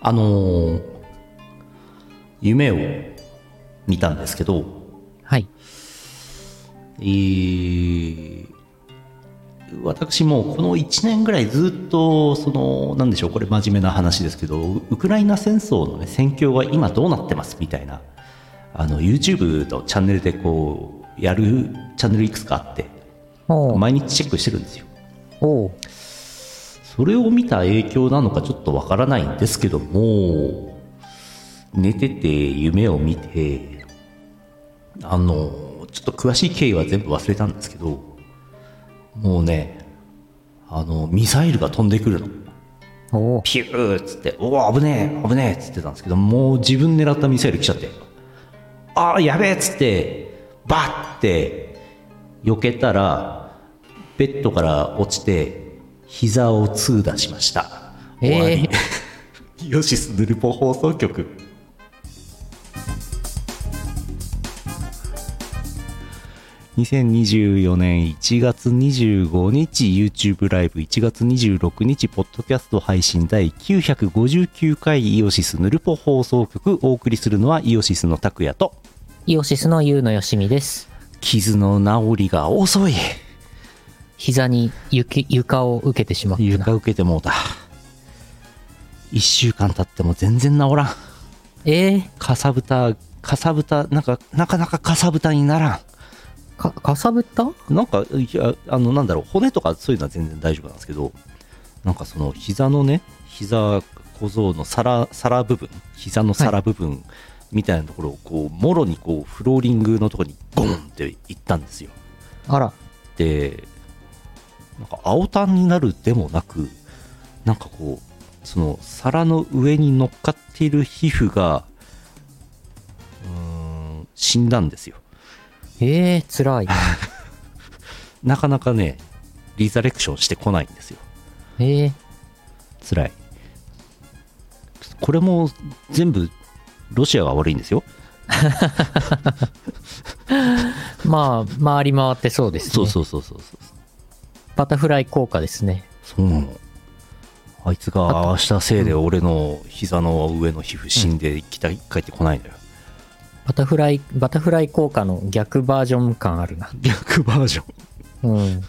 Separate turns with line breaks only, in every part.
あのー夢を見たんですけど、
はい。
えー私もうこの1年ぐらいずっとそのなんでしょうこれ真面目な話ですけどウウクライナ戦争の、ね、戦況は今どうなってますみたいなあの YouTube のチャンネルでこうやるチャンネルいくつかあって
おう
毎日チェックしてるんですよ
おう
それを見た影響なのかちょっとわからないんですけども寝てて夢を見てあのちょっと詳しい経緯は全部忘れたんですけどもうねあのミサイルが飛んでくるの
おう
ピューっつっておお危ねえ危ねえっつってたんですけどもう自分狙ったミサイル来ちゃってああやべえっつってバッって避けたらベッドから落ちて膝を痛打しました
え え
終わりヨシスヌルポ放送局2024年1月25日 YouTube ライブ1月26日ポッドキャスト配信第959回イオシスヌルポ放送局お送りするのはイオシスの拓也と
イオシスのゆうのよしみです。
傷の治りが遅い
膝に雪床を受けてしまったな。
床受けてもうた1週間経っても全然治らん
えー、
かさぶたかさぶたなんかなかなかかさぶたになら
か、かさぶった
んなんかいやあのなんだろう骨とかそういうのは全然大丈夫なんですけどなんかその膝のね膝小僧の皿皿部分膝の皿部分みたいなところをこうもろにこうフローリングのところにゴンっていったんですよ
あら、
でなんか青タンになるでもなくなんかこうその皿の上に乗っかっている皮膚がうーん死んだんですよ
えー、つらい。
なかなかねリザレクションしてこないんですよ
えー、
辛いこれも全部ロシアが悪いんですよ
まあ、回り回ってそうですね。
そうそうそうそうそう
バタフライ効果ですね。
そうなのあいつが明日せいで俺の膝の上の皮膚死んできた、帰ってこないのよ
バタフライ、バタフライ効果の逆バージョン感あるな。
逆バージョン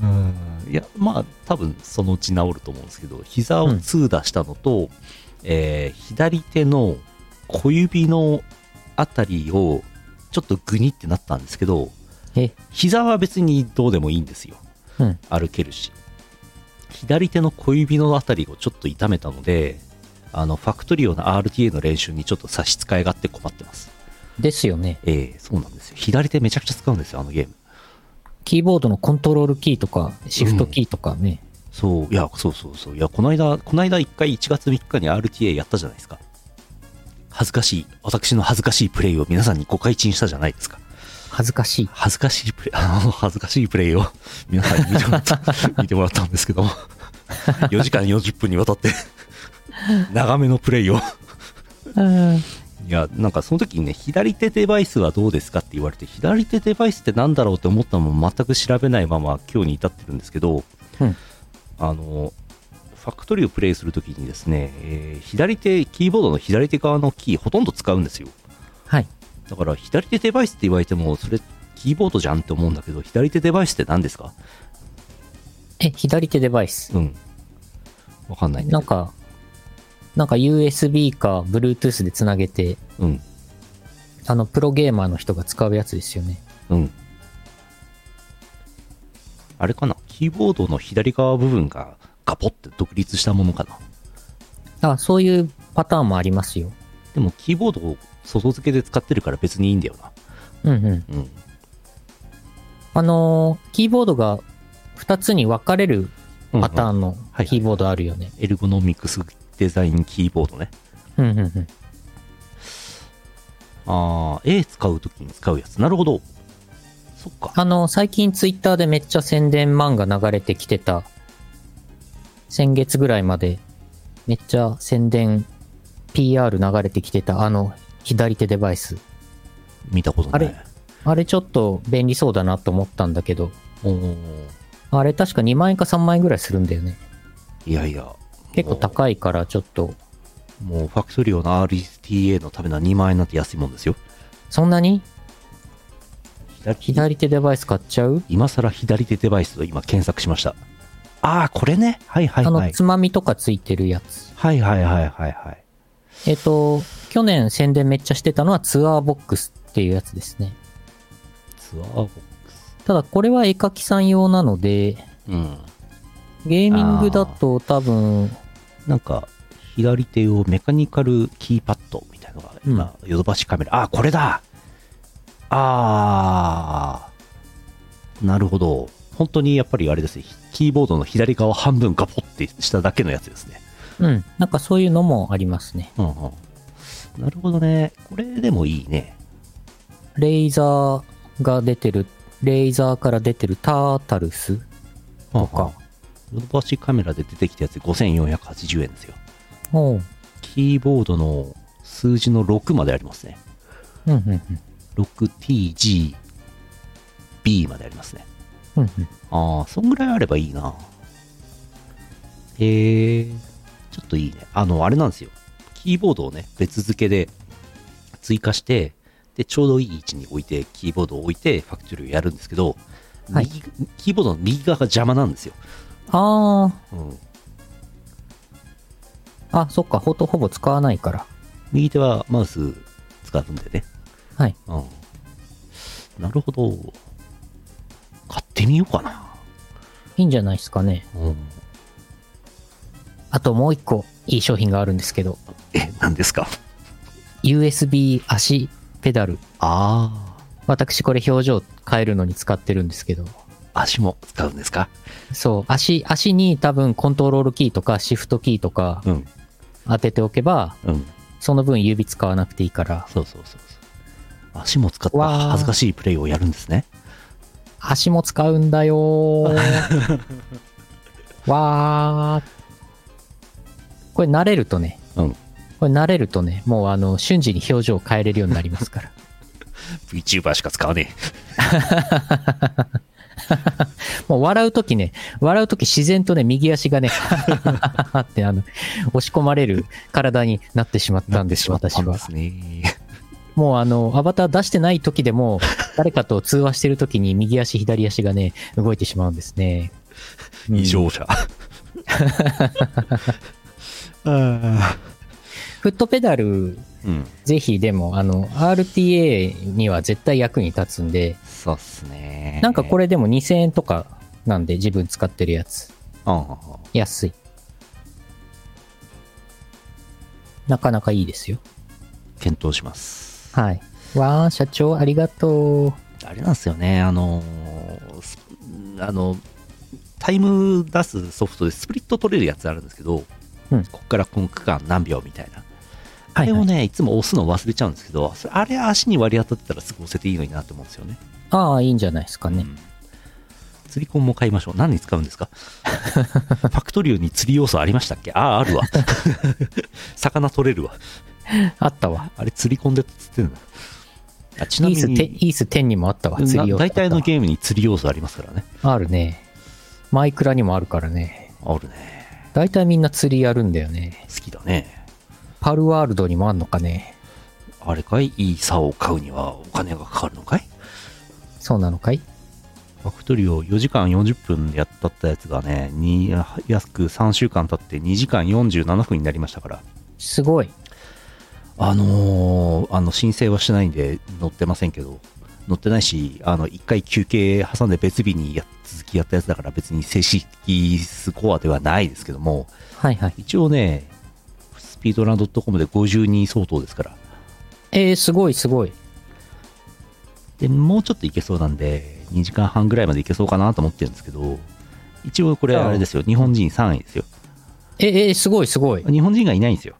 うん。
いやまあ多分そのうち治ると思うんですけど膝を痛打したのと、えー左手の小指のあたりをちょっとグニってなったんですけど
え、
膝は別にどうでもいいんですよ
うん。
歩けるし左手の小指のあたりをちょっと痛めたのであのファクトリオの RTA の練習にちょっと差し支えがあって困ってます
ですよね。
ええそうなんですよ左手めちゃくちゃ使うんですよあのゲーム
キーボードのコントロールキーとか、シフトキーとかね。
そういやそうそうそういやこの間この間1回1月3日に RTA やったじゃないですか恥ずかしい私の恥ずかしいプレイを皆さんにご開陳したじゃないですか
恥ずかしい。
恥ずかしいプレイあの恥ずかしいプレイを 皆さんに見てもらった見てもらったんですけども4時間40分にわたって長めのプレイを
うん。
いやなんかその時にね左手デバイスはどうですかって言われて左手デバイスってなんだろうって思ったのも全く調べないまま今日に至ってるんですけど
うん。
あのファクトリーをプレイするときにですね、えー左手キーボードの左手側のキーほとんど使うんですよ
はい。
だから左手デバイスって言われてもそれキーボードじゃんって思うんだけど左手デバイスって何ですか
え、左手デバイス。
うんわかんないんだ
なん
けど
か、なんか USB か Bluetooth でつなげて、
うん
あの、プロゲーマーの人が使うやつですよね。
うんあれかなキーボードの左側部分がガポって独立したものかな
あ、そういうパターンもありますよ。
でもキーボードを外付けで使ってるから別にいいんだよな
うんうん。
うん
あのーキーボードが2つに分かれるパターンの
はい
キーボードあるよね。
エルゴノミクスデザインキーボードね
うんうんうん。
ああ、A 使うときに使うやつ。なるほど。そっか。
あの、最近ツイッターでめっちゃ宣伝漫画流れてきてた。先月ぐらいまで、めっちゃ宣伝、PR 流れてきてた、あの、左手デバイス。
見たことない。
あれあれちょっと便利そうだなと思ったんだけど、
おー
あれ確か2万円か3万円ぐらいするんだよね。
いやいや。
結構
い。
高いからちょっと
もうファクトリオの RTA のためな2万円なんて安いもんですよ。
そんなに
左
左手デバイス買っちゃう、
今更左手デバイスと今検索しました。ああ、これね。はいはい
あ
は
の、
い。
つまみとかついてるやつ。
はいはいはいはいはい。
えっ、と、去年宣伝めっちゃしてたのはツアーボックスっていうやつですね。
ツアーボックス。
ただこれは絵描きさん用なので、
うん。
ゲーミングだと多分、
なんか、左手をメカニカルキーパッドみたいなのが、今、ヨドバシカメラ。ああ、これだああ、なるほど。本当にやっぱりあれですね、キーボードの左側半分ガポってしただけのやつですね。
うん、なんかそういうのもありますね。
うんうん。なるほどね。これでもいいね。
レイザーが出てる、レイザーから出てるタータルス
と
か。
ヨドバシカメラで出てきたやつ5480円ですよ。
おう。
キーボードの数字の6までありますね。
うんうんうん。
6TGB までありますね。
うんうん、
ああ、そんぐらいあればいいな。へえ、ちょっといいね。あの、あれなんですよ。キーボードをね、別付けで追加して、で、ちょうどいい位置に置いて、キーボードを置いて、ファクトリーをやるんですけど、
はい
右キーボードの右側が邪魔なんですよ。
あ
うん、
あ、あ、そっか、ほとほぼ使わないから。
右手はマウス使うんでね。
はい。
うん。なるほど。買ってみようかな。
いいんじゃないですかね。
うん。
あともう一個、いい商品があるんですけど、
え、何ですか
USB 足ペダル。
あ
私これ表情変えるのに使ってるんですけど、
あ、足も使うんですか
そう、足、足に多分コントロールキーとかシフトキーとか
うん。
当てておけば、
うん。
その分指使わなくていいから、
そうそうそうそう。足も使った
わー
恥ずかしいプレイをやるんですね。
足も使うんだよー。 わー。これ慣れるとね、
うん。
これ慣れるとね、もうあの、瞬時に表情を変えれるようになりますから。
VTuber しか使わね
もう笑うときね、笑うとき自然とね、右足がね、 ってあの、押し込まれる体になってしまっ
え。
たんです、私
んで
は。
すね。
もうあの、アバター出してない時で も、誰かと通話してる時に右足、左足がね、動いてしまうんですね。うん
異常 者。あ
フットペダル、
ーうん。
ぜひでも、あの、RTA には絶対役に立つんで、
そうっすね。
なんかこ
れ、
れでも2000円とかなんで、自分使ってるやつ。
うんうん
安い。なかなかいいですよ。
検討します。
はい。わー、社長、ありがとう。
あれなんですよね、あのースあの、タイム出すソフトでスプリット取れるやつあるんですけど、
うん
ここからこの区間何秒みたいな。あ
はいはい
れをね、いつも押すの忘れちゃうんですけど、それあれ足に割り当たってたらすぐ押せていいのになと思うんですよね。
ああ、いいんじゃないですかね。
釣りコンも買いましょう。何に使うんですか ファクトリオに釣り要素ありましたっけああ、あるわ。 魚取れるわ。
あったわ。
あれ釣りコンで釣ってるんだ。あちな
イ
み
ーステ、
に、
イース10にもあったわ。釣り
な
用
大体の
ー
ゲームに釣り要素ありますからね。
ム。あるね。マイクラにもあるからね。
あるね。
大体みんな釣りやるんだよね。
好きだね
パルワールドにもあんのかね。
あれかいいい竿を買うにはお金がかかるのかい
そうなのかい
ファクトリーを4時間40分でやったったやつがねに約3週間経って2時間47分になりましたから
すごい。
あのーあの申請はしてないんで乗ってませんけど乗ってないしあの1回休憩挟んで別日にや続きやったやつだから別に正式スコアではないですけども
はいはい。
一応ねスピードランドットコムで52相当ですから
えー、すごいすごい。
でもうちょっといけそうなんで2時間半ぐらいまでいけそうかなと思ってるんですけど一応これあれですよ日本人3位ですよ
ええー、すごいすごい。
日本人がいないんですよ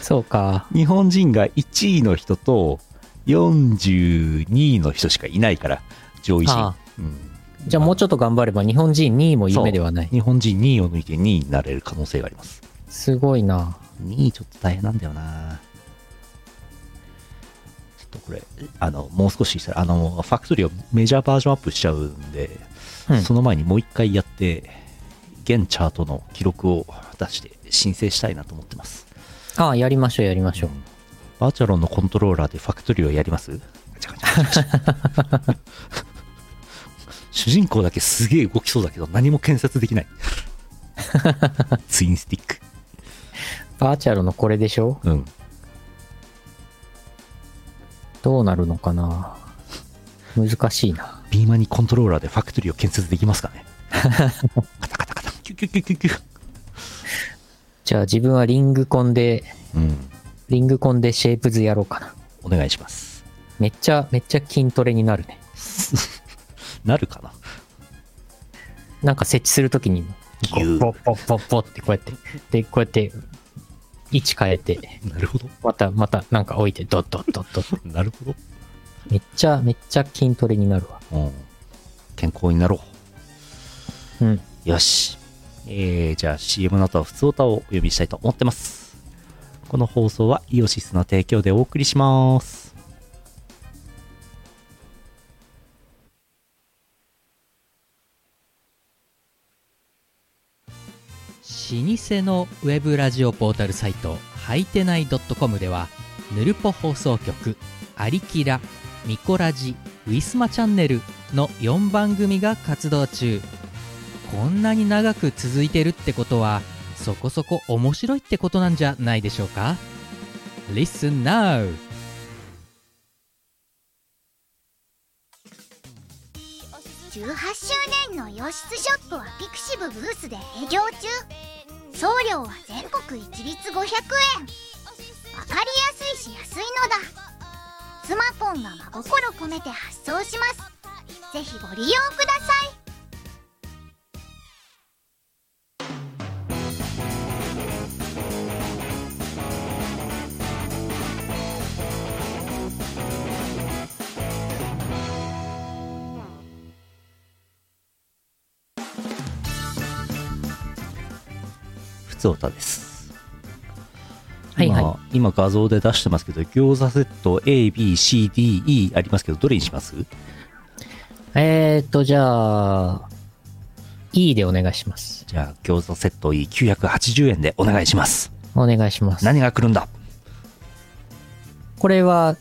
そうか。
日本人が1位の人と42位の人しかいないから上位陣
あ、
うん
じゃあもうちょっと頑張れば日本人2位も夢ではない。
日本人2位を抜いて2位になれる可能性があります
すごいな。
2位ちょっと大変なんだよなちょっとこれあのもう少ししたらあのファクトリーをメジャーバージョンアップしちゃうんで
うん
その前にもう一回やって、現チャートの記録を出して申請したいなと思ってます
ああ、やりましょう、やりましょう。
バーチャロンのコントローラーでファクトリーをやりますガチャガチャガチャガチャ主人公だけすげえ動きそうだけど何も検察でき ないツインスティック
バーチャルのこれでしょ
うん
どうなるのかな難しいな。
ビーマニコントローラーでファクトリーを建設できます かねカタカタカタキュキュキュキュキュ
じゃあ自分はリングコンで、
うん
リングコンでシェイプズやろうかな。
お願いします
めっちゃ、めっちゃ筋トレになるね。
なるかな
なんか設置するときに、
ぎゅー
ポッポッポッポッってこうやって、で、こうやって、位置変えて、
なるほど
また、また、なんか置いて、ドッドッドッドッ。
なるほ
めっちゃ、めっちゃ筋トレになるわ。
ど、うん、健康になろ
うん。
うよしえー、じゃあ CM の後は普通歌をお呼びしたいと思ってますこの放送はイオシスの提供でお送りします
老舗のウェブラジオポータルサイトはいてない .com ではぬるぽ放送局「アリキラ」「ミコラジ」「ウィスマチャンネル」の4番組が活動中こんなに長く続いてるってことはそこそこ面白いってことなんじゃないでしょうか Listen now!
18周年の洋室ショップはピクシブブースで営業中送料は全国一律500円わかりやすいし安いのだスマポンが真心込めて発送しますぜひご利用ください
普通歌です
はいはい
今今画像で出してますけど餃子セット ABCDE ありますけどどれにします
えーと、じゃあ、E でお願いします。
じゃあ餃子セット E980 円でお願いします
お願いします。
何が来るんだ
これは、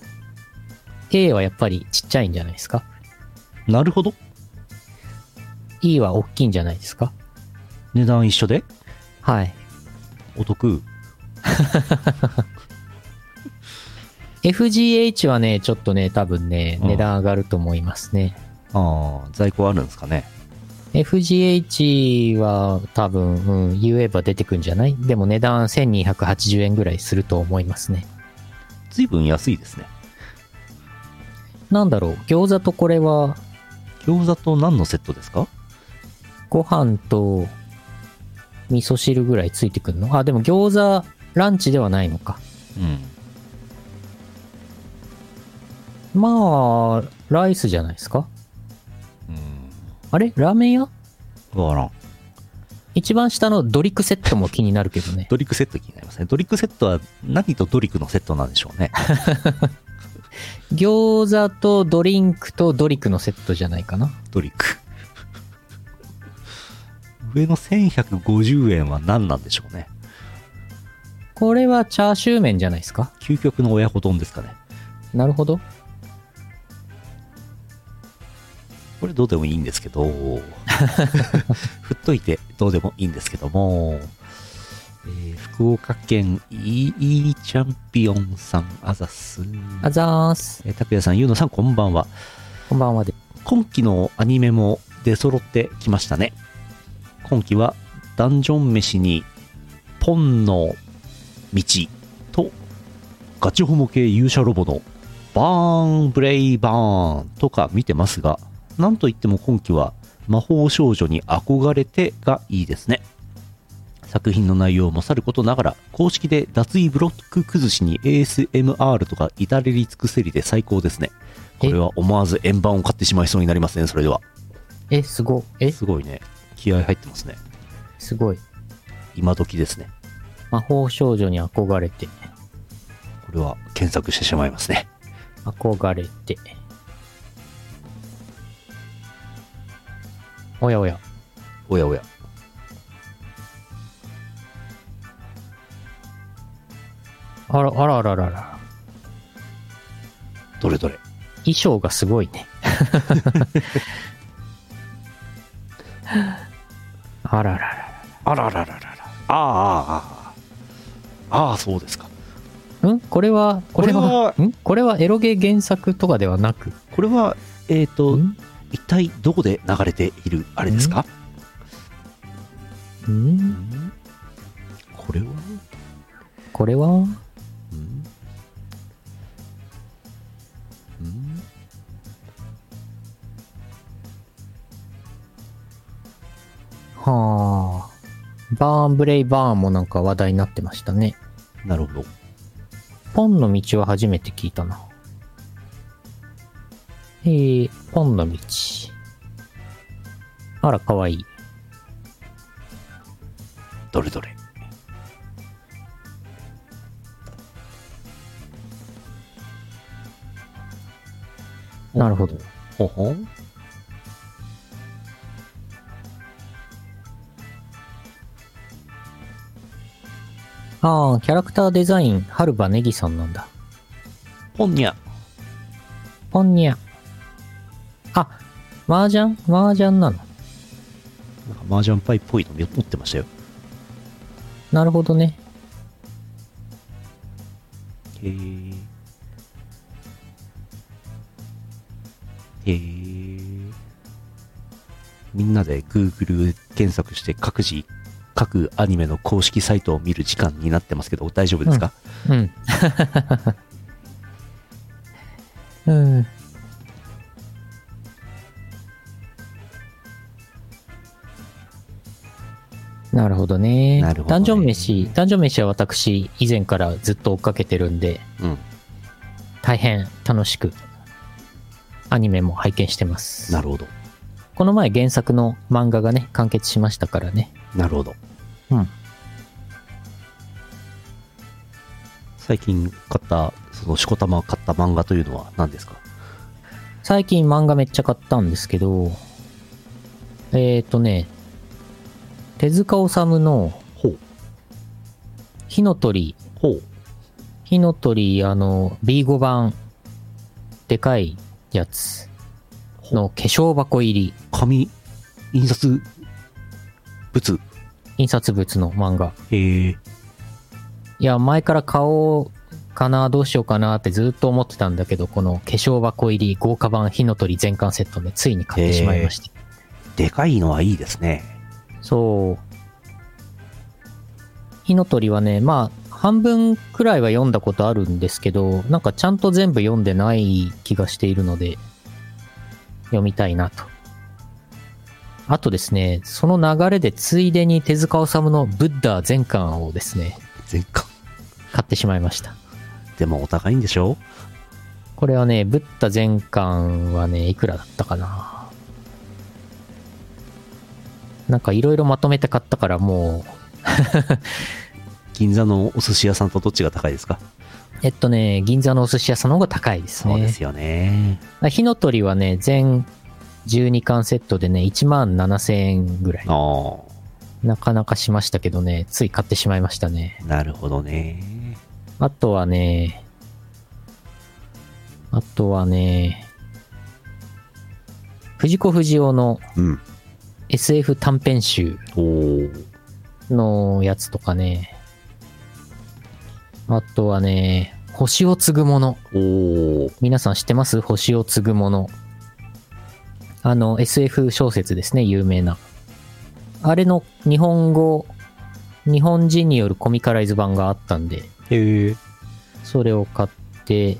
A はやっぱりちっちゃいんじゃないですか
なるほど
?E は大きいんじゃないですか
値段一緒で
はい。
お得
FGH はね、ちょっとね、多分ね、
うん
値段上がると思いますね。
ああ在庫あるんですかね
FGH は多分、うん、言えば出てくんじゃないでも値段1280円ぐらいすると思いますね。
随分安いですね
なんだろう、餃子とこれは、
餃子と何のセットですか
ご飯と味噌汁ぐらいついてくんのあ、でも餃子、ランチではないのか。
うん
まあ、ライスじゃないですか
うん
あれラーメン屋
わからん。
一番下のドリックセットも気になるけどね
ドリックセット気になりますねドリックセットは何とドリックのセットなんでしょうね
餃子とドリンクとドリックのセットじゃないかな。
ドリック上の1150円は何なんでしょうね
これはチャーシュー麺じゃないですか
究極の親子丼ですかね
なるほど。
これどうでもいいんですけど振っといてどうでもいいんですけども、えー福岡県 EE チャンピオンさんあざっす
あざーす。
えー拓也さんゆうのさんこんばんは
こんばんはで。
今期のアニメも出揃ってきましたね今期はダンジョン飯にポンの道とガチホモ系勇者ロボのバーンブレイバーンとか見てますがなんといっても今期は魔法少女に憧れてがいいですね作品の内容もさることながら公式で脱衣ブロック崩しに ASMR とか至れり尽くせりで最高ですねこれは思わず円盤を買ってしまいそうになりますねそれでは
え、すご。え、
すごいね気合入ってますね
すごい。
今時ですね
魔法少女に憧れて、
これは検索してしまいますね
憧れて。おやおや。
おやおや
あら、あらあらあらあら。
どれどれ
衣装がすごいね。 あららら
あらららららああああああそうですか
ら。んこれは、これは、んこれはエロゲー原作とかではなく。
これはえっ、と
ん
一体どこで流れているあれですか
ん
これは
これははあ。バーンブレイバーンもなんか話題になってましたね。
なるほど
ポンの道は初めて聞いたな。えー、ポンの道。あら、かわいい。
どれどれ
なるほど。
ほほん
ああ、キャラクターデザイン、春場ネギさんなんだ。
ほんにゃ
ポンニャ。あ、麻雀麻雀な
な
の。
んか麻雀パイっぽいの持ってましたよ
なるほどね。
へえへえみんなで Google で検索して各自各アニメの公式サイトを見る時間になってますけど大丈夫ですか、
うん。 うん。なるほどね。
なるほどね
ダンジョン飯、ダンジョン飯は私、以前からずっと追っかけてるんで、
うん
大変楽しく、アニメも拝見してます。
なるほど
この前原作の漫画がね、完結しましたからね。
なるほど
うん
最近買ったそのしこたま買った漫画というのは何ですか
最近漫画めっちゃ買ったんですけど、えっ、ー、とね、手塚治虫の
ほう
火の鳥、
ほう
火の鳥、あの、B5 版、でかいやつの化粧箱入り
紙印刷物
印刷物の漫画。
へえ
いや、前から買おうかな、どうしようかなってずっと思ってたんだけど、この化粧箱入り豪華版火の鳥全巻セットね、ついに買ってしまいました。
でかいのはいいですね
そう。火の鳥はね、まあ、半分くらいは読んだことあるんですけど、なんかちゃんと全部読んでない気がしているので、読みたいなと。あとですね、その流れでついでに手塚治虫のブッダ全巻をですね、
全巻
買ってしまいました。
でもお高いんでしょ
これはね、ブッダ全巻はね、いくらだったかな。なんかいろいろまとめて買ったからもう
銀座のお寿司屋さんとどっちが高いですか
えっとね、銀座のお寿司屋さんの方が高いですね。
そうですよね
火の鳥はね、全12巻セットでね、1万7000円ぐらい。
あ
なかなかしましたけどね、つい買ってしまいましたね。
あなるほどね
あとはね、あとはね、藤子不二雄の
うん
SF 短編集
おお
のやつとかね、あとはね、星を継ぐもの。
おお
皆さん知ってます星を継ぐもの。あの、SF 小説ですね、有名な。あれの日本語、日本人によるコミカライズ版があったんで、
へえ
それを買って、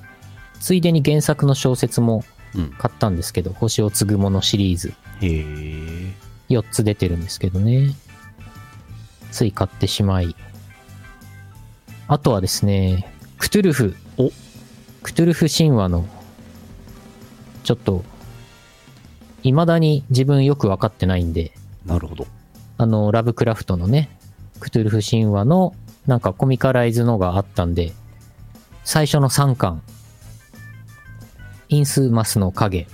ついでに原作の小説も
うん
買ったんですけど、星を継ぐものシリーズ、
へえ
4つ出てるんですけどね。つい買ってしまい。あとはですね、クトゥルフ。
お
クトゥルフ神話の、ちょっと、未だに自分よくわかってないんで、
なるほど
あの、ラブクラフトのね、クトゥルフ神話の、なんかコミカライズのがあったんで、最初の3巻、インスマスの影、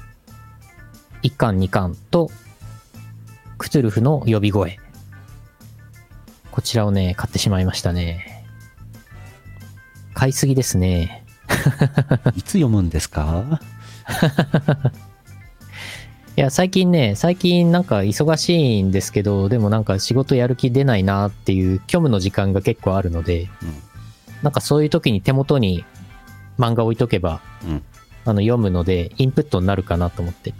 1巻2巻と、クトゥルフの呼び声。こちらをね、買ってしまいましたね。買いすぎですね。
いつ読むんですか
いや、最近ね、最近なんか忙しいんですけど、でもなんか仕事やる気出ないなっていう虚無の時間が結構あるので、なんかそういう時に手元に漫画置いとけば、
うん。うん。
あの読むのでインプットになるかなと思って。
い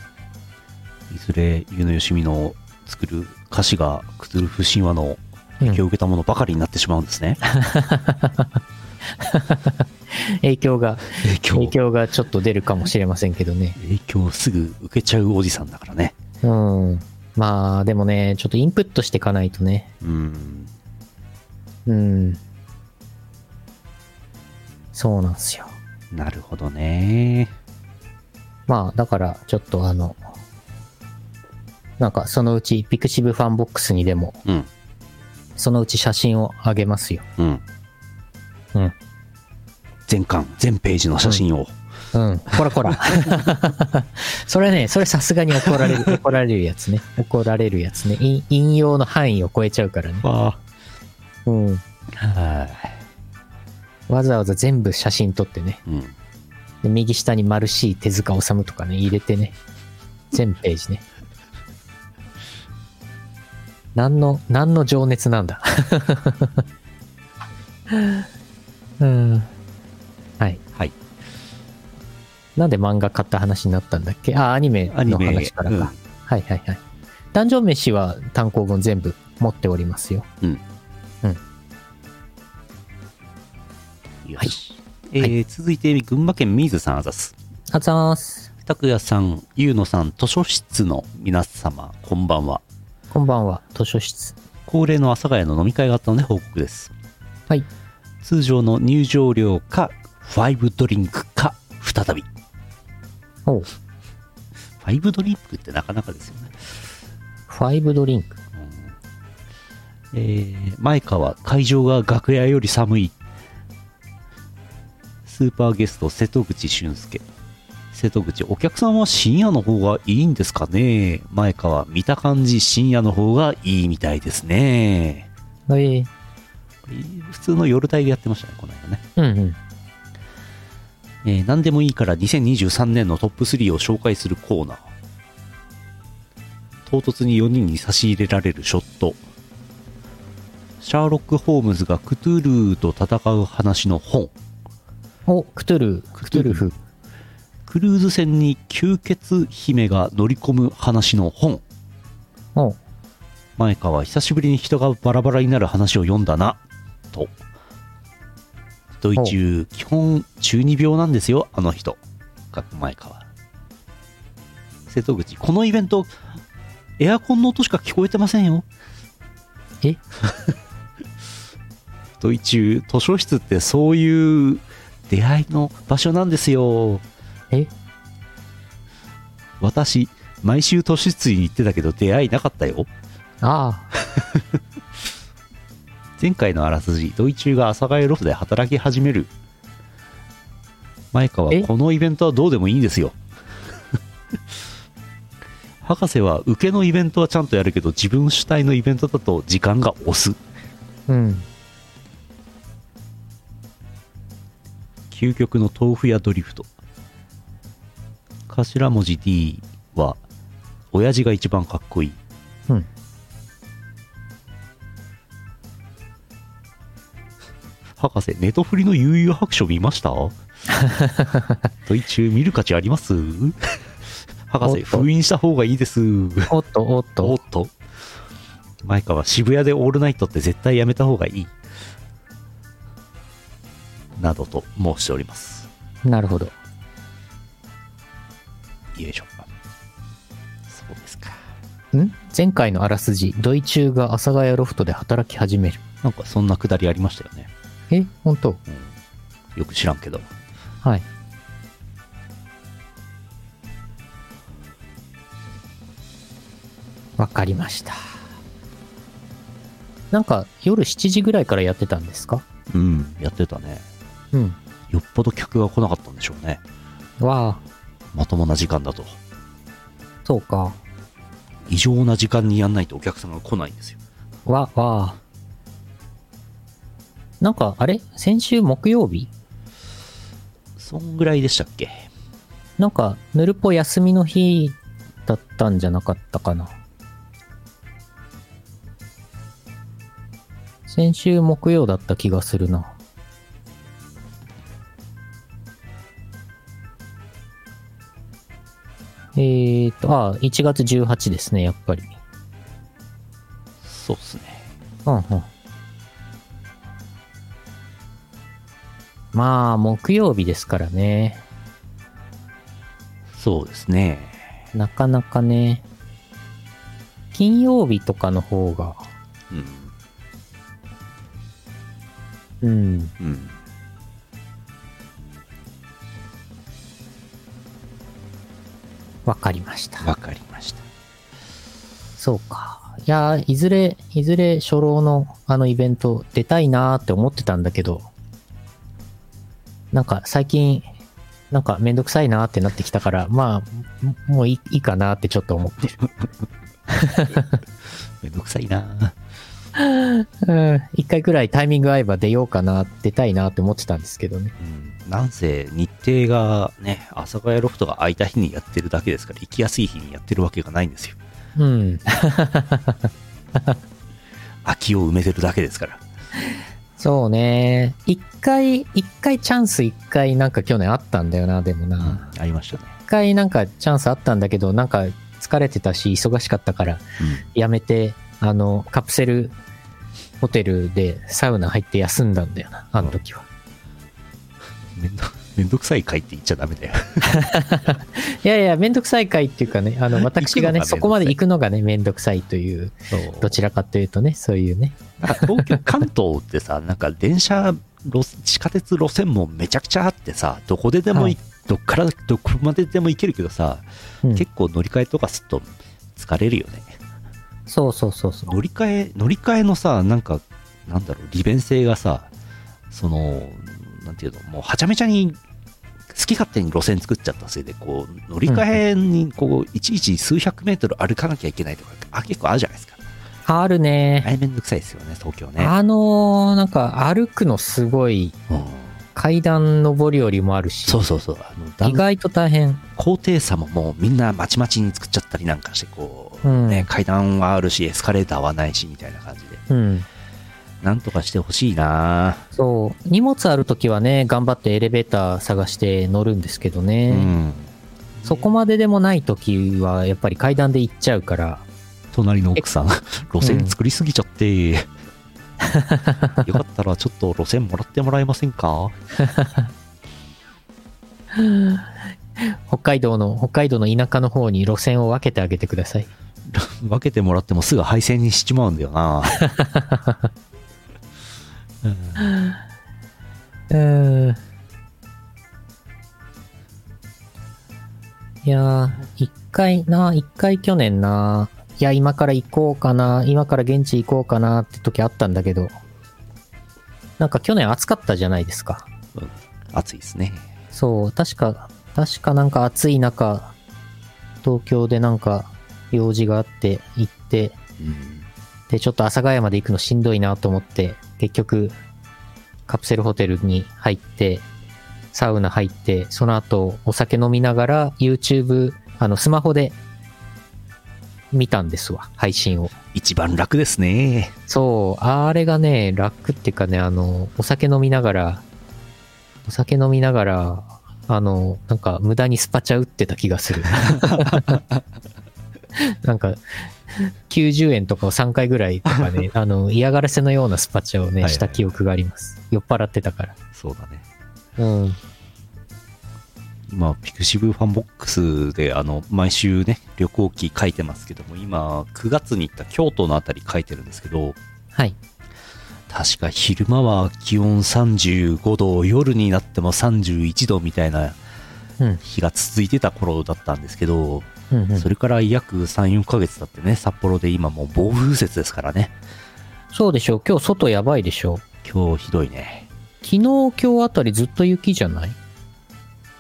ずれ、ゆのよしみの作る歌詞がクトゥルフ神話の
うん
影響を受けたものばかりになってしまうんですね。
影響が、
影
影響がちょっと出るかもしれませんけどね。
影響をすぐ受けちゃうおじさんだからね。
うん。まあでもね、ちょっとインプットしていかないとね。
うん。
うん。そうなんですよ。
なるほどね。
まあだからちょっとあの、なんかそのうちピクシブファンボックスにでも、
うん。
そのうち写真をあげますよ。
うん。
うん。
全巻、全ページの写真を。
うん。こら こら。それね、それさすがに怒られる、怒られるやつね。怒られるやつね。引引用の範囲を超えちゃうからね。
わ
うん。
あ。は
わざわざ全部写真撮ってね。
い。うん。
で右下に丸 C 手塚治虫とかね、入れてね。全ページね。何の、何の情熱なんだ。 うん。はい。
はい。
なんで漫画買った話になったんだっけあ、アニメ
アニ
の
メ。
話からか。はいはいはい。誕生飯は単行本全部持っておりますよ。
うん、よし。えー続いて、群馬県水さんあざす。
あざーす。
拓也さん、ゆうのさん、図書室の皆様、こんばんは。
こんばんは。図書室。
恒例の阿佐ヶ谷の飲み会があったので報告です。
はい。
通常の入場料か、ファイブドリンクか、再び。フ
おう。
ァイブドリンクってなかなかですよね。
ファイブドリンク。
えー前川、会場が楽屋より寒い。スーパーゲスト、瀬戸口俊介。瀬戸口、お客さんは深夜の方がいいんですかね前川、見た感じ、深夜の方がいいみたいですね。
えー、
これ普通の夜帯でやってましたね、この間ね。
うんうん。
えー何でもいいから2023年のトップ3を紹介するコーナー。唐突に4人に差し入れられるショット。シャーロック・ホームズがクトゥルーと戦う話の本。
お、クトゥルー、クトゥルフ。
クルーズ船に吸血姫が乗り込む話の本。
お、
前川、久しぶりに人がバラバラになる話を読んだな。と。ドイ中、基本中二病なんですよ、あの人。かっこ前川。瀬戸口、このイベント、エアコンの音しか聞こえてませんよ。
え
ドイ中、図書室ってそういう出会いの場所なんですよ。
え
私、毎週図書室に行ってたけど出会いなかったよ。
ああ、
前回のあらすじ、ドイ中が阿佐ヶ谷ロフで働き始める。前川、
え
このイベントはどうでもいいんですよ。 博士は受けのイベントはちゃんとやるけど自分主体のイベントだと時間が押す
うん。
究極の豆腐屋ドリフト頭文字 D は親父が一番かっこいい
うん
博士ネトフリの悠々白書見ました ドイ中見る価値あります博士
おっと
封印した方がいいです
おっと、お
お
っと
っ。と前川渋谷でオールナイトって絶対やめた方がいいなどと申しております
なるほど。
よいしょそうですか
ん前回のあらすじ、ドイ中が阿佐ヶ谷ロフトで働き始める。
なんかそんなくだりありましたよね
え、本当
よく知らんけど
はい。わかりました。なんか夜7時ぐらいからやってたんですか
うんやってたね
うん。
よっぽど客が来なかったんでしょうね
わあ、
まともな時間だと
そうか。
異常な時間にやんないとお客様が来ないんですよ
わ、わあ。なんか、あれ先週木曜日
そんぐらいでしたっけ
なんか、ぬるぽ休みの日だったんじゃなかったかな。先週木曜だった気がするな。えーと、あ、1月18ですね、やっぱり。
そうっすね
うんうん。まあ、木曜日ですからね。
そうですね
なかなかね、金曜日とかの方が、
うん
うん、
うん
わかりました。
わかりました
そうか。いやー、いずれ、いずれ初老のあのイベント出たいなーって思ってたんだけど、なんか最近、なんかめんどくさいなーってなってきたから、まあ、ももういいいいかなーってちょっと思ってる。
めんどくさいな
うん、一回くらいタイミング合えば出ようかな、出たいなーって思ってたんですけどね。
うんなんせ日程がね阿佐ヶ谷ロフトが空いた日にやってるだけですから行きやすい日にやってるわけがないんですよ
うん。
空きを埋めてるだけですから
そうね。一回、一回チャンス一回なんか去年あったんだよな、でもな。
ありましたね
一回なんかチャンスあったんだけど、なんか疲れてたし、忙しかったから、やめて、あの、カプセルホテルでサウナ入って休んだんだよな、あの時は。
うんめんどめんどくさい会って言っちゃダメだよ
いやいや、めんどくさい会っていうかね、あの、私がね、
行くのがめんどくさい
そこまで行くのがね、めんどくさいという、どちらかというとね、そういうね。
なんか東京関東ってさ なんか電車路地下鉄路線もめちゃくちゃあってさどこででもい、
はい
どっからどこまででも行けるけどさ、
うん
結構乗り換えとかすると疲れるよね
そうそうそうそう。
乗り換え乗り換えのさなんかなんだろう利便性がさそのなんていうのもうはちゃめちゃに好き勝手に路線作っちゃったせいでこう乗り換えにこういちいち数百メートル歩かなきゃいけないとかあ結構あるじゃないですか
あるね
あ。れめんどくさいですよね東京ね
あのーなんか歩くのすごい
うん
階段上りよりもあるし、
そうそうそうあのだん
意外と大変。
高低差ももうみんなまちまちに作っちゃったりなんかしてこう、
うん
ね、階段はあるしエスカレーターはないしみたいな感じで
うん。
なんとかしてほしいな
そう。荷物あるときはね、頑張ってエレベーター探して乗るんですけどね。
うん
そこまででもないときは、やっぱり階段で行っちゃうから。
隣の奥 さん路線作りすぎちゃって、よかったらちょっと路線もらってもらえませんか
北海道の、北海道の田舎の方に路線を分けてあげてください。
分けてもらってもすぐ廃線にしちまうんだよなうん
うーん。いやー、一回な、一回去年な、いや、今から行こうかな、今から現地行こうかなって時あったんだけど、なんか去年暑かったじゃないですか。
暑いですね
そう、確か、確かなんか暑い中、東京でなんか用事があって行って、
うん
で、ちょっと阿佐ヶ谷まで行くのしんどいなと思って、結局、カプセルホテルに入って、サウナ入って、その後、お酒飲みながら、YouTube、あの、スマホで、見たんですわ、配信を。
一番楽ですね
そう、あれがね、楽っていうかね、あの、お酒飲みながら、お酒飲みながら、あの、なんか無駄にスパチャ打ってた気がする。 なんか、90円とかを3回ぐらいと かね、あの、嫌がらせのようなスパチャを
はいはいは
ね、
い
した記憶があります。酔っ払ってたから。
そうだね
うん。
今ピクシブファンボックスであの毎週ね旅行記書いてますけども今9月に行った京都のあたり書いてるんですけど
はい。
確か昼間は気温35度夜になっても31度みたいな
うん。
日が続いてた頃だったんですけど、
うん、うん。
それから約34ヶ月経ってね札幌で今もう暴風雪ですからね
そうでしょう。今日外やばいでしょう。
今日ひどいね
昨日、今日あたりずっと雪じゃない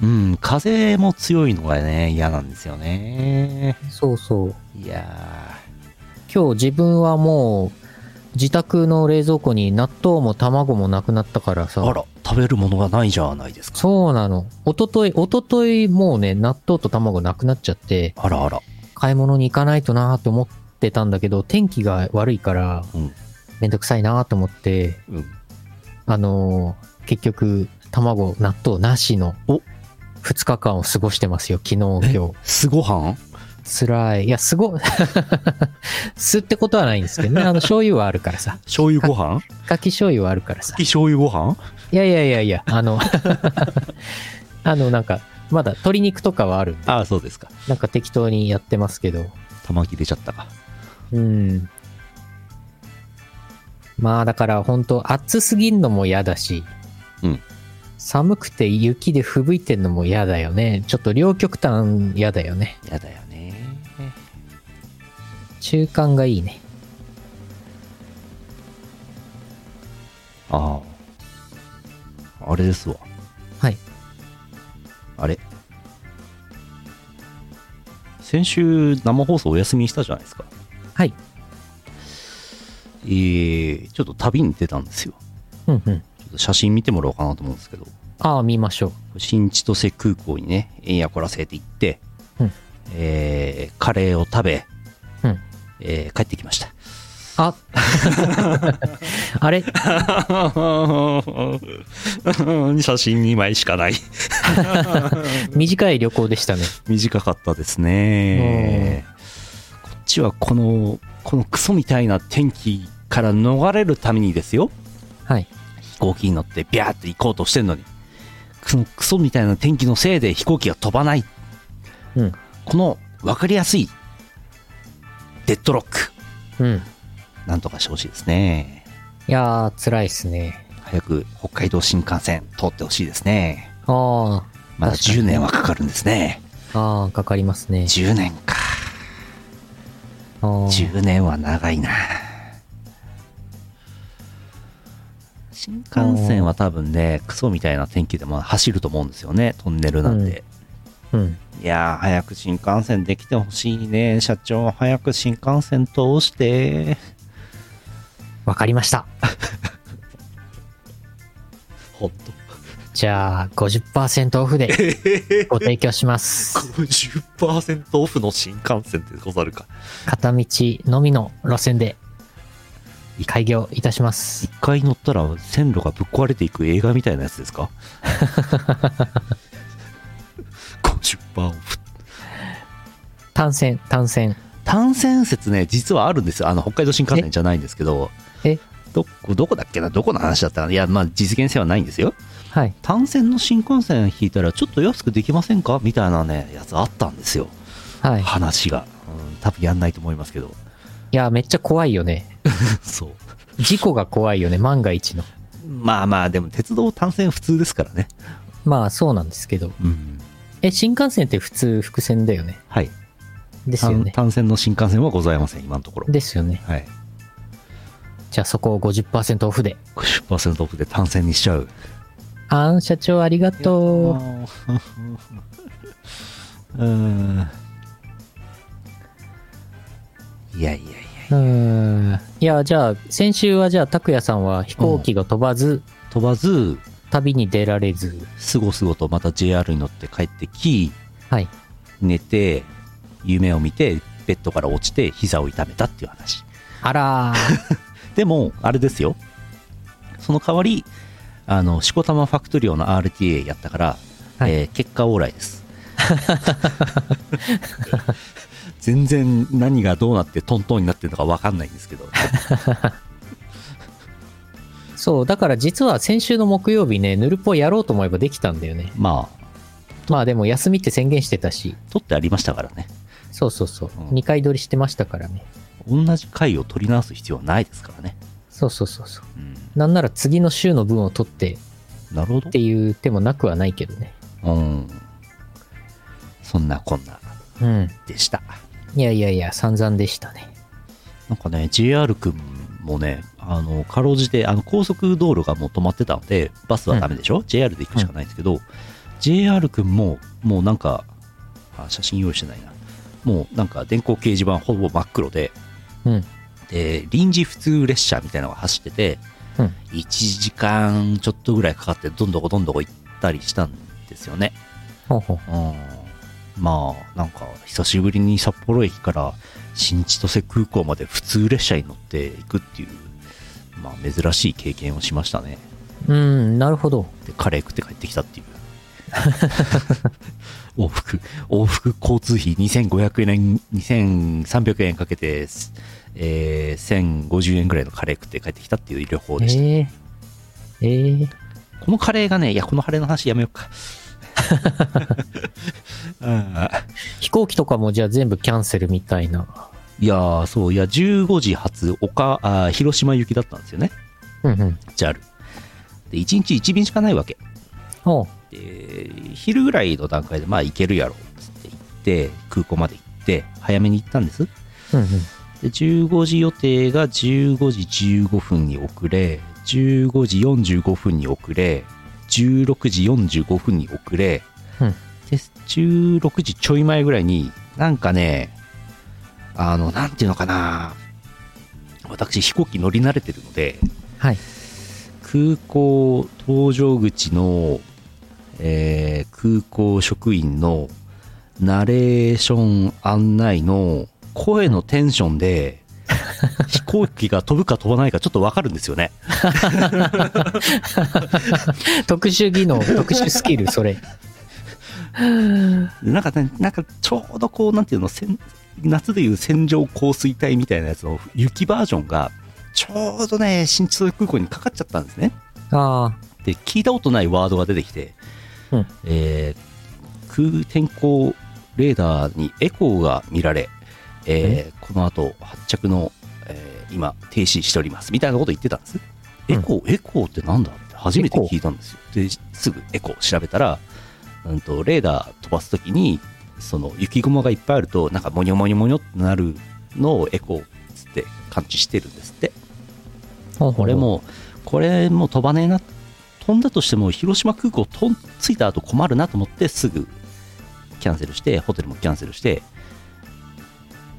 うん風も強いのがね嫌なんですよね
そうそう。
いや
今日自分はもう自宅の冷蔵庫に納豆も卵もなくなったから
ーあ
さ
ら食べるものがないじゃないですか。
そうなの。おととい、おとといもうね、納豆と卵なくなっちゃって、
あらあら。
買い物に行かないとなーって思ってたんだけど、天気が悪いから
うん、
めんどくさいなーと思って、
うん。
あのー結局、卵、納豆なしの
お
2日間を過ごしてますよ、昨日、今日。
酢ご飯
辛い。いや、 すご、すってことはないんですけどね。あの、醤油はあるからさ。
醤油ご 飯
かき醤油はあるからさ。
き醤油ご飯
いやいやいやいや、あの、 あの、なんか、まだ鶏肉とかはあるんで、
ああ、そうですか。
なんか適当にやってますけど。
玉切れちゃったか。
うん。まあだから本当暑すぎんのも嫌だし、
うん
寒くて雪で吹雪いてんのも嫌だよね。ちょっと両極端嫌だよね。
やだよね。
中間がいいね。
ああ。あれですわ。
はい。
あれ。先週生放送お休みしたじゃないですか。
はい。
えー、ちょっと旅に出たんですよ。
うん
ち
うん。
ょっと写真見てもらおうかなと思うんですけど。
ああ、見ましょう。
新千歳空港にね、えんやこらせって行って、
うん
えーカレーを食べ、
うん
えー帰ってきました。
ああれ
写真2枚しかない。
短い旅行でしたね。
短かったですね。こっちはこの、このクソみたいな天気から逃れるためにですよ。
はい。
飛行機に乗ってビャーって行こうとしてるのに、そのクソみたいな天気のせいで飛行機が飛ばない。
うん
この分かりやすいデッドロック、
うん。
なんとかしてほしいですね。
いやー、辛いっすね。
早く北海道新幹線通ってほしいですね。
あ
まだ
確かに
10年はかかるんですね。
あ、ああ、かかりますね。
10年か。
あー
10年は長いな。新幹線は多分ね、クソみたいな天気でも走ると思うんですよね、トンネルなんて。
うんうん。
いやー早く新幹線できてほしいね社長早く新幹線通して
わかりました。
ほんと
じゃあ、50%オ フでご提供します。
50%オフの新幹線でござるか
片道のみの路線で開業いたします
一。回乗ったら線路がぶっ壊れていく映画みたいなやつです か50%オフ
単線、単線。
単線説ね実はあるんですよあの北海道新幹線じゃないんですけど
え
どこどこだっけなどこの話だったかないやまあ実現性はないんですよ
はい。
単線の新幹線引いたらちょっと安くできませんかみたいなねやつあったんですよ
はい。い
話が、うん、多分やんないと思いますけど
や、めっちゃ怖いよね。
そう
事故が怖いよね、万が一の。
まあまあでも鉄道単線普通ですからね
まあ、そうなんですけど。
うん
え、新幹線って普通伏線だよね。
はい、
ですよ
単
ね。
単線の新幹線はございません今のところ
ですよね。
はい
じゃあ、そこを50%オフで。
50%オフで単線にしちゃう
あん、社長ありがとう。
うんいやいやいや
うーん。いや、じゃあ、先週はじゃあ、拓也さんは飛行機が飛ばず、
飛ばず
旅に出られず。
すごすごとまた JR に乗って帰ってき
はい。
寝て夢を見てベッドから落ちて膝を痛めたっていう話
あら ー。
でも、あれですよ。その代わり、あの、しこたまファクトリオの RTA やったから、
はい
えー結果オーライ です。全然何がどうなってトントンになってるのか分かんないんですけど。
そう、だから実は先週の木曜日ね、ヌルポやろうと思えばできたんだよね。
まあ、
まあでも休みって宣言してたし、
取ってありましたからね。
そうそうそう
うん、
2回撮りしてましたからね。
同じ回を取り直す必要はないですからね。
そうそうそうそう。
うん、
なんなら次の週の分を撮って
なるほど
って。いう手もなくはないけどね。
うん。そんなこんな
うん。
でした。
いやいやいや、散々でしたね。
なんかね、JR 君もね、あの、かろうじて、あの、高速道路がもう止まってたので、バスはダメでしょ、?JR で行くしかないんですけど、JR 君も、もうなんか、あ、写真用意してないな。もうなんか、電光掲示板ほぼ真っ黒で、
うん。
で、臨時普通列車みたいなのが走ってて、
ううん
1時間ちょっとぐらいかかってどんどこどんどこ行ったりしたんですよね。
ほうほう
うん、まあなんか久しぶりに札幌駅から新千歳空港まで普通列車に乗っていくっていう、まあ、珍しい経験をしましたね。
うん、なるほど。
でカレー食って帰ってきたっていう往復往復交通費2500円2300円かけて、えー1050円ぐらいのカレー食って帰ってきたっていう旅行でした、
ええええ
このカレーがねいやこの晴れの話やめようか うん
飛行機とかもじゃあ全部キャンセルみたいな。
いやーそういや15時発岡あー広島行きだったんですよね
うんうん。
JAL で1日1便しかないわけ
おう
で昼ぐらいの段階でまあ行けるやろっつって行って空港まで行って早めに行ったんです
うんうん。
で15時予定が15時15分に遅れ15時45分に遅れ16時45分に遅れ、
うん
で16時ちょい前ぐらいになんかねあのなんていうのかな私飛行機乗り慣れてるので
はい。
空港搭乗口の、えー空港職員のナレーション案内の声のテンションで飛行機が飛ぶか飛ばないかちょっとわかるんですよね。
特殊技能、特殊スキル、それ。
なんかね、なんかちょうどこう、なんていうの、せん夏でいう線状降水帯みたいなやつの雪バージョンが、ちょうどね、新千歳空港にかかっちゃったんですね。
あ
で聞いたことないワードが出てきて、
うん
えー空天候レーダーにエコーが見られ、えーこの後発着の、えー今停止しておりますみたいなこと言ってたんです、
うん
エコーエコーってなんだって初めて聞いたんですよですぐエコー調べたら、うん、とレーダー飛ばすときにその雪雲がいっぱいあるとなんかモニョモニョモニョってなるのをエコーっつって感知してるんですって
あ。
これ。もうこれもう飛ばねえな飛んだとしても広島空港とん着いた後困るなと思ってすぐキャンセルしてホテルもキャンセルして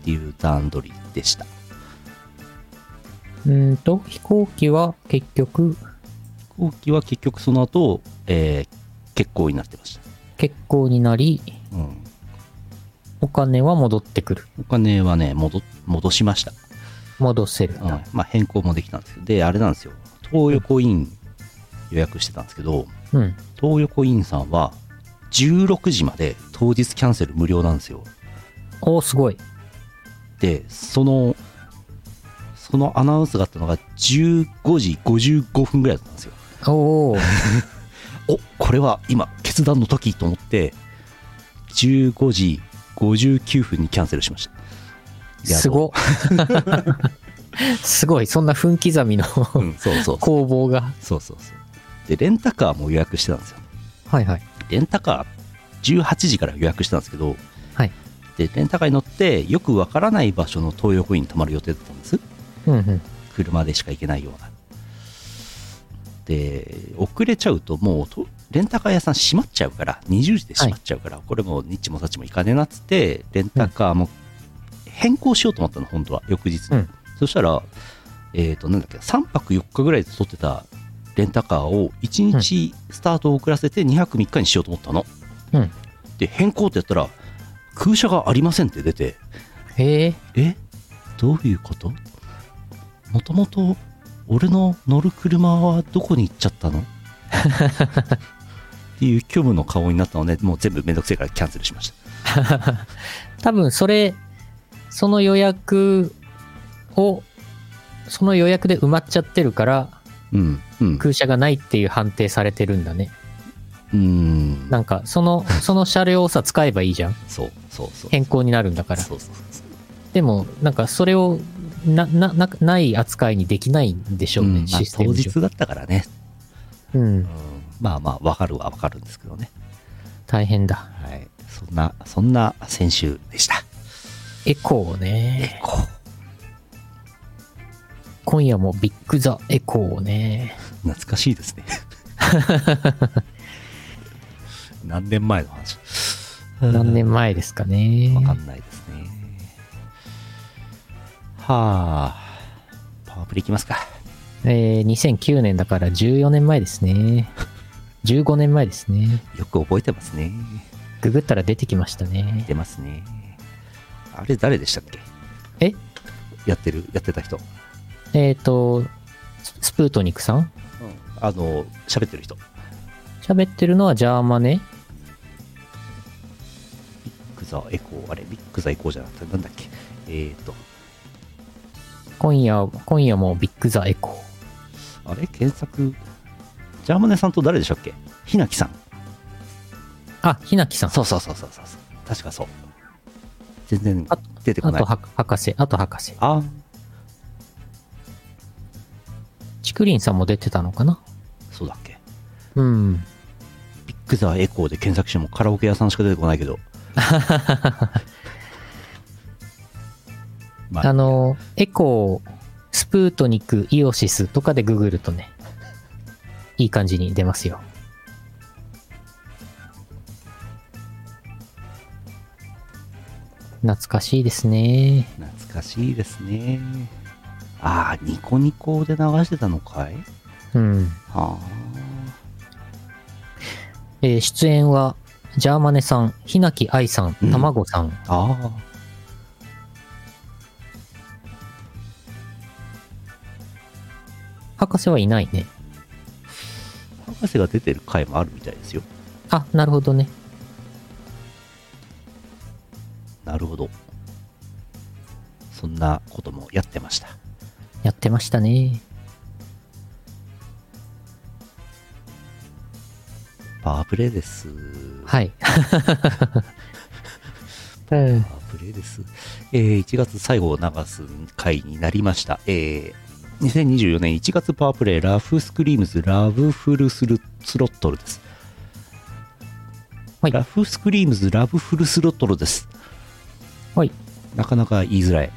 っていう段取りでした
うーんと、飛行機は結局、
飛行機は結局その後、えー欠航になってました、
欠航になり、
うん、
お金は戻ってくる。
お金はね戻戻しました、
戻せる。
うんまあ、変更もできたんですけどであれなんですよ東横イン予約してたんですけど
うん。
東横インさんは16時まで当日キャンセル無料なんですよ
おおすごい。
でそのそのアナウンスがあったのが15時55分ぐらいだったんですよ
おお
おこれは今決断の時と思って15時59分にキャンセルしましたやろう
す ご。すごい。そんな分刻みの
うんそうそうそう
攻防が。
そうそうそうでレンタカーも予約してたんですよ
はいはい。
レンタカー18時から予約してたんですけど、
はい
でレンタカーに乗ってよくわからない場所の東横インに泊まる予定だったんです
うんうん。
車でしか行けないようなで遅れちゃうともうとレンタカー屋さん閉まっちゃうから20時で閉まっちゃうから、これもうニッチもサッチも行かねえなっつってレンタカーも変更しようと思ったの本当は翌日に、
うん
そしたらえっ、となんだっけ3泊4日ぐらいで取ってたレンタカーを1日スタートを遅らせて2泊3日にしようと思ったの、
うん
で変更ってやったら空車がありませんって出て
へえ。
えどういうこともともと俺の乗る車はどこに行っちゃった のっていう虚無の顔になったのでもう全部めんどくせえからキャンセルしました
多分それ、その予約を、その予約で埋まっちゃってるから、
うんうん
空車がないっていう判定されてるんだね。
うん
なんか、その、その車両をさ、使えばいいじゃん。
そうそうそう
変更になるんだから。
そうそうそう
でも、なんか、それを、な、な、な、ない扱いにできないんでしょうね、
うんまあ
シス
当
テム上。
日だったからね、
うん。
まあまあわかるはわかるんですけどね
大変だ。
はいそんなそんな先週でした
エコーね。
こ
今夜もビッグザエコーね。
う懐かしいです ね何年前の話
何年前ですかね。
わかんないですね。はあ、パワプリいきますか。
えー、2009年だから14年前ですね。15年前ですね。
よく覚えてますね。
ググったら出てきました
見
ね。
てますね。あれ誰でしたっけ
え
やってる、やってた人。
えっ、と、ススプートニクさん
あの、喋ってる人。
喋ってるのはジャーマネ
ビッグザエコー、あれ、ビッグザエコーじゃなくて、なんだっけ。えっ、と、
今夜、今夜もビッグザエコ
あれ検索。ジャーマネさんと誰でしたっけひなきさん。
ー。あ、ひなきさん。
そうそうそうそうそうそう。確かそう。全然
あ
出てこ
あ
ない
と。は、博士、あと博士。
ああ、
チクリンさんも出てたのかな
そうだっけ。
うん。
ビッグザエコーで検索してもカラオケ屋さんしか出てこない けど。ま
あ
あ、
の、エコー、スプートニク、イオシスとかでググるとね、いい感じに出ますよ。懐かしいですね。
懐かしいですね。ああ、ニコニコで流してたのかい
うん。
は
えー出演は、ジャーマネさん、ひなきあいさん、
うん
たまごさん、
あ。あ
博士はいないね。
あ。博士が出てる回もあるみたいですよ。
あ、なるほどね。
なるほど。そんなこともやってました。
やってましたね。
パワープレイです。
はい。
パワープレイです。えー1月最後を流す回になりました。えー2024年1月パワープレイ、ラフスクリームズ、ラブフルスルスロットルです。
はい
ラフスクリームズ、ラブフルスロットルです。
はい。
なかなか言いづらい。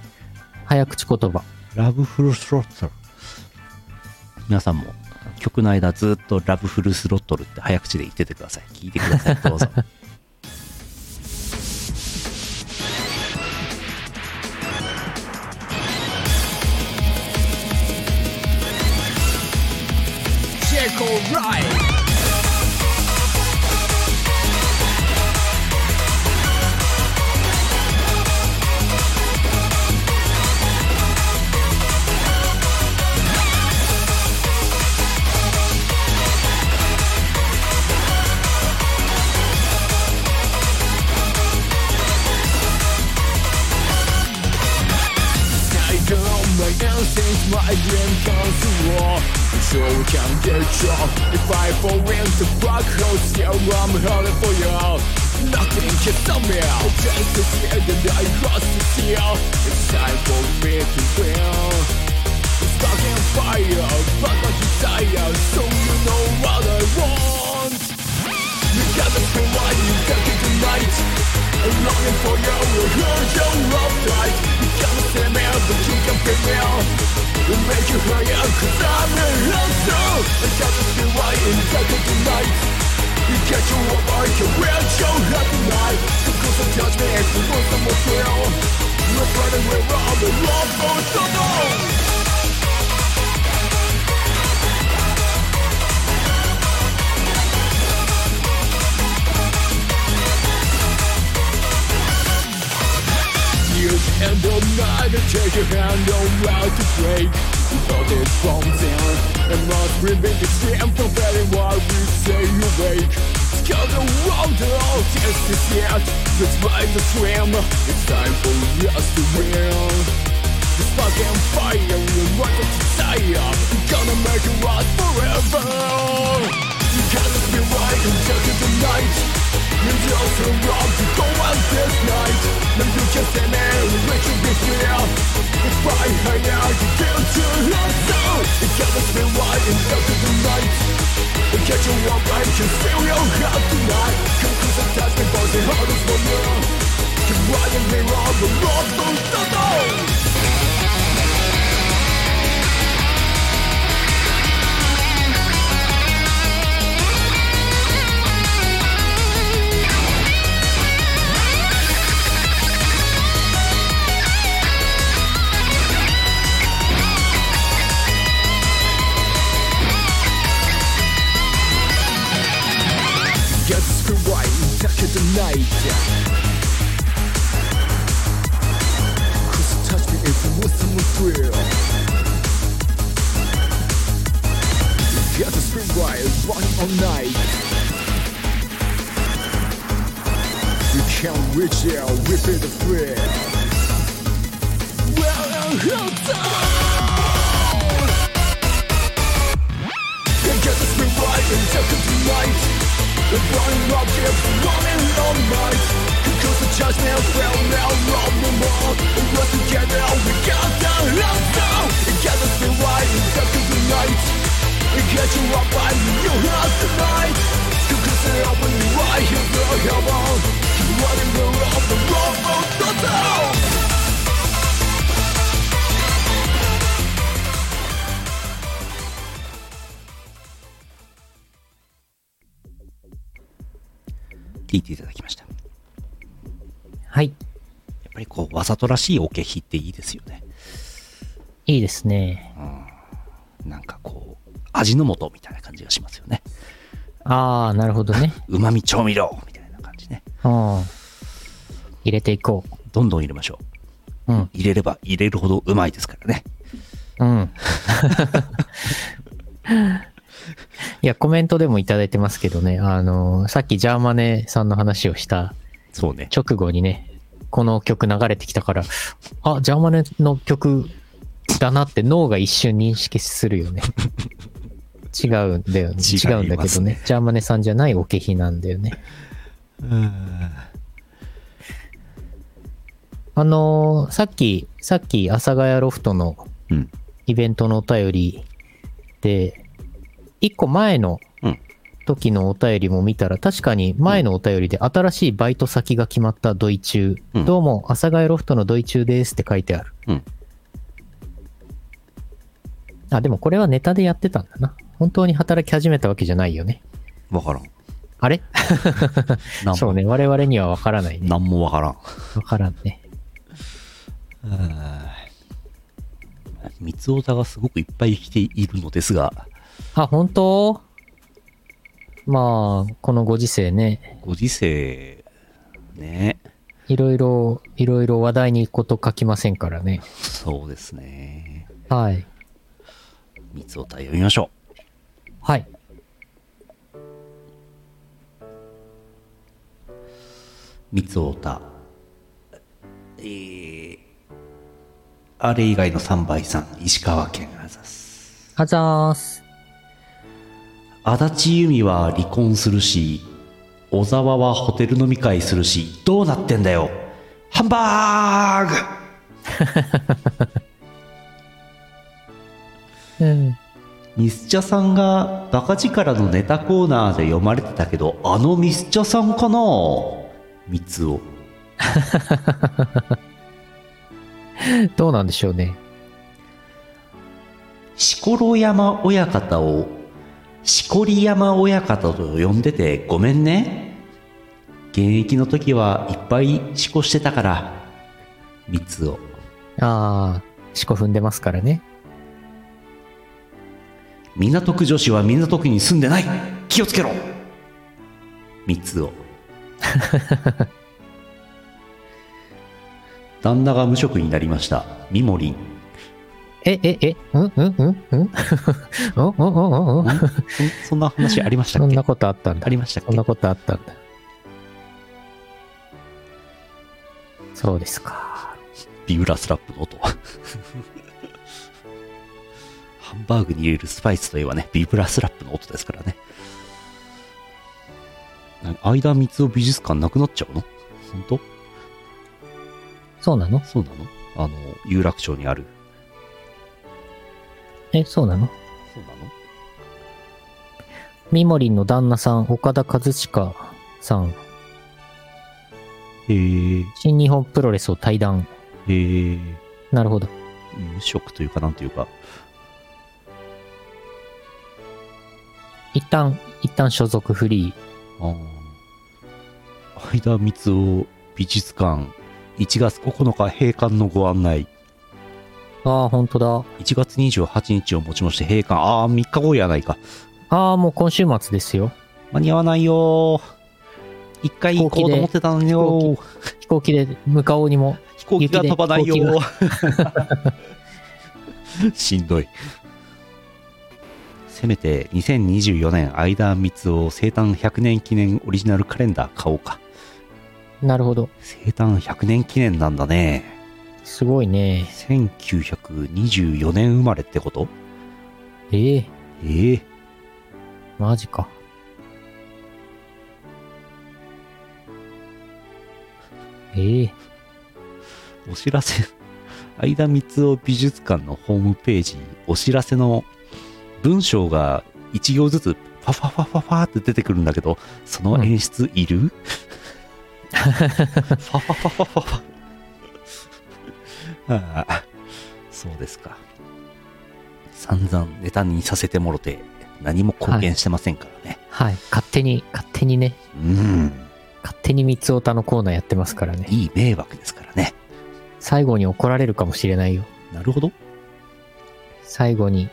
早口言葉。
ラブフルスロットル。皆さんも曲の間ずっとラブフルスロットルって早口で言っててください。聞いてください。 どうぞ。
I don't make any sense, my dream comes raw So we can get drunk If I fall into black holes, yeah, I'm hurting for you Nothing can stop me Just to see that I lost the seal It's time for me to win It's fucking fire, but my desire uh, So you know what I want You got the feel right, you got it tonight I'm longing for you, you're your love light You can't stay me out, but you can feel me out We make you higher, cause I'm a loser I got the feel right, you got it tonight You get your love light, you will show happy night The cause of judgment, the most I will feel We're running, we're on the love for someone years and the night I take your hand on how to break All this bombs in and must remain the same for very what we say you wake Got the world out, yes it's yet Despite the swim, it's time for us to win This fucking fire, we're rocket desire Gonna make it last forever You gotta be right and take it tonight You're just wrong to go out this night Now you can stand there and let you be clear It's right hang out, you feel too lost now You gotta be right and take it tonight And get you up right, you feel your heart tonight Come to some task and the hardest for you Keep riding me wrong, the road goes down Cause touch me if you was in the thrill Here's a spring wire running all night You can't reach out, repeat the threat Well, I'm hooked on And get the spring wire and take it tonight The running up keeps running all night Cause the judgment fell now, not no more And once we get out, we got the love now And get the spring wire and take it tonight and get you up by you have the night You can stay up when you are here, girl, come on You want to go up the road, road, road, road
聞いていただきましたや
はい。
っぱりこうわざとらしいオケ弾っていいですよね
いいですね。
なんかこう味の素みたいな感じがしますよね
ああ、なるほどね。
うまみ調味料みたいな感じね
うん。入れていこ
どんどん入れましょ
う。うん。
う入れれば入れるほどうまいですからね
うん。 いや、コメントでもいただいてますけどね、あの、さっきジャーマネさんの話をした
そうね
直後にね、この曲流れてきたから、あ、ジャーマネの曲だなって脳が一瞬認識するよ ね。違うんだよ
違い
ね。違
ますね
うんだけどね。ジャーマネさんじゃないおけひなんだよね。あのーさっき、さっき、阿佐ヶ谷ロフトの
うん
イベントのお便りで、一個前の
うん
時のお便りも見たら、確かに前のお便りで新しいバイト先が決まったドイ中、
うん
どうも、阿佐ヶ谷ロフトのドイ中ですって書いてある。
うん
あ、でもこれはネタでやってたんだな。本当に働き始めたわけじゃないよね。
わからん
あれ
なん
そうね。我々にはわからないね。
なんもわからん
わからんね。
三つおたがすごくいっぱい生きているのですが
あ、本当まあ、このご時世ね、
ご時世ね
いろいろ、いろいろ話題にこと書きませんからね。
そうですね
はい。
三つおた読みましょう
はい。
三つおたえーあれ以外の3倍さん石川県あざす
あざーす。
足立由美は離婚するし小沢はホテル飲み会するしどうなってんだよハンバーグ
うん。
ミスチャさんがバカ力のネタコーナーで読まれてたけどあのミスチャさんかな三つを
どうなんでしょうね。
しころ山親方をしこり山親方と呼んでてごめんね現役の時はいっぱいしこしてたから三つを
あー、しこ踏んでますからね。
港区女子は港区に住んでない気をつけろ三つ を旦那が無職になりましたみもりん
え、え、え、うん、うん、うん、うん、 うん、うん、うん、うん。
そんな話ありました
そ
っ
ん
け
なことあったんだ
あ。りましたっ
そん
け
なことあったんだ。そうですか。
ビブラスラップの音 ハンバーグに入れるスパイスといえばねビブラスラップの音ですからねな間三つを美術館なくなっちゃうの本当
そうなの
そうなのあの有楽町にある
え、そうなの
そうなの
みもりんの旦那さん、岡田和親さん、
へえ
新日本プロレスを退団。
へえ
なるほど。
無職というかなんというか
一旦、一旦所属フリ
ああ間三つを美術館1月9日閉館のご案内
ー。ああ、ほんとだ。
1月28日をもちまして閉館ああ3日後やないか
ああ、もう今週末ですよ。
間に合わないよー一回行こうと思ってたのに
飛
よ
飛行機で向かおうにも、
飛行機が飛ばない
雪で
よ しんどいせめて2024年相田光雄生誕100年記念オリジナルカレンダー買おうか
なるほど。
生誕100年記念なんだね
すごいね。
1924年生まれってこと
ええ
ええ
マジか。ええ
お知らせ相田光雄美術館のホームページお知らせの文章が1行ずつファファファファファって出てくるんだけどその演出い る、ファファファファファ ファああそうですか散々ネタにさせてもろて何も貢献してませんからね、
はい。勝手に、勝手にね、
うん
勝手に三つおたのコーナーやってますからね。
いい迷惑ですからね
最後に怒られるかもしれないよ。
なるほど
最後に、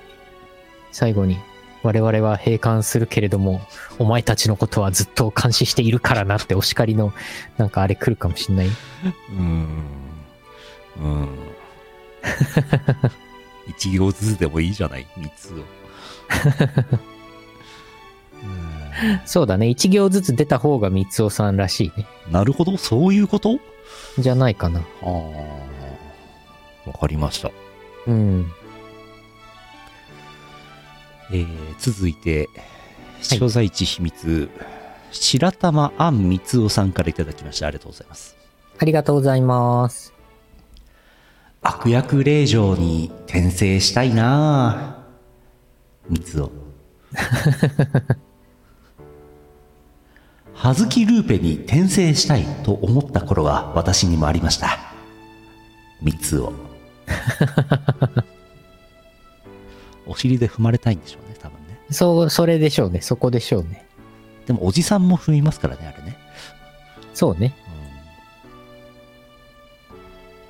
最後に、我々は閉館するけれども、お前たちのことはずっと監視しているからなってお叱りの、なんかあれ来るかもしんない。
うーん。うーん。一行ずつでもいいじゃない三つを。うー
そうだね。一行ずつ出た方が三つおさんらしいね。
んなるほど、そういうこと
じゃないかな。
ああ。わかりました。
うん。
えー、続いて、所在地秘密、白玉杏光雄さんからいただきました。ありがとうございます。
ありがとうございます。
悪役令嬢に転生したいなぁ。三つお。葉月ルーペに転生したいと思った頃は私にもありました。三つお。お尻で踏まれたいんでしょうね、多分ね。
そう、それでしょうね。そこでしょうね。
でもおじさんも踏みますからね、あれね。
そうね。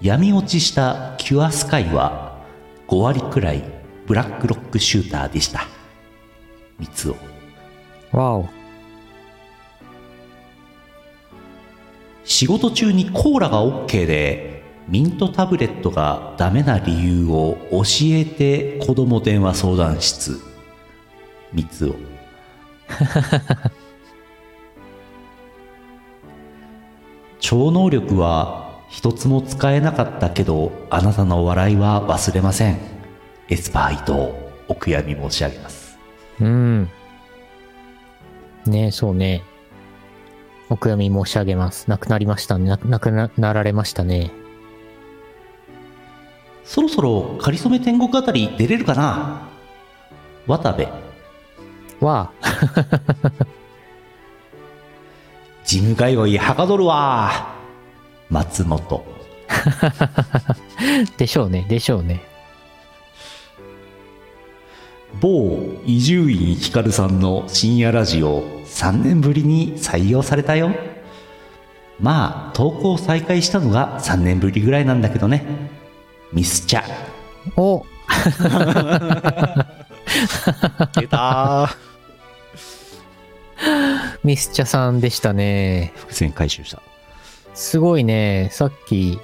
闇落ちしたキュアスカイは5割くらいブラックロックシューターでした三つを
わお。
仕事中にコーラが OK でミントタブレットがダメな理由を教えて子供電話相談室三つを 超能力は一つも使えなかったけどあなたの笑いは忘れませんエスパー伊藤お悔やみ申し上げます
うん。ねえ、そうね。お悔やみ申し上げます。亡くなりましたね。な亡くななられましたね。
そろそろかりそめ天国あたり出れるかな渡部
わあ、
ジム界隈はかどるわ松本
でしょうね。でしょうね。
某伊集院光さんの深夜ラジオ3年ぶりに採用されたよまあ投稿再開したのが3年ぶりぐらいなんだけどねミスチャ
お
出た
ミスチャさんでしたね。
伏線回収した、
すごいね。さっき、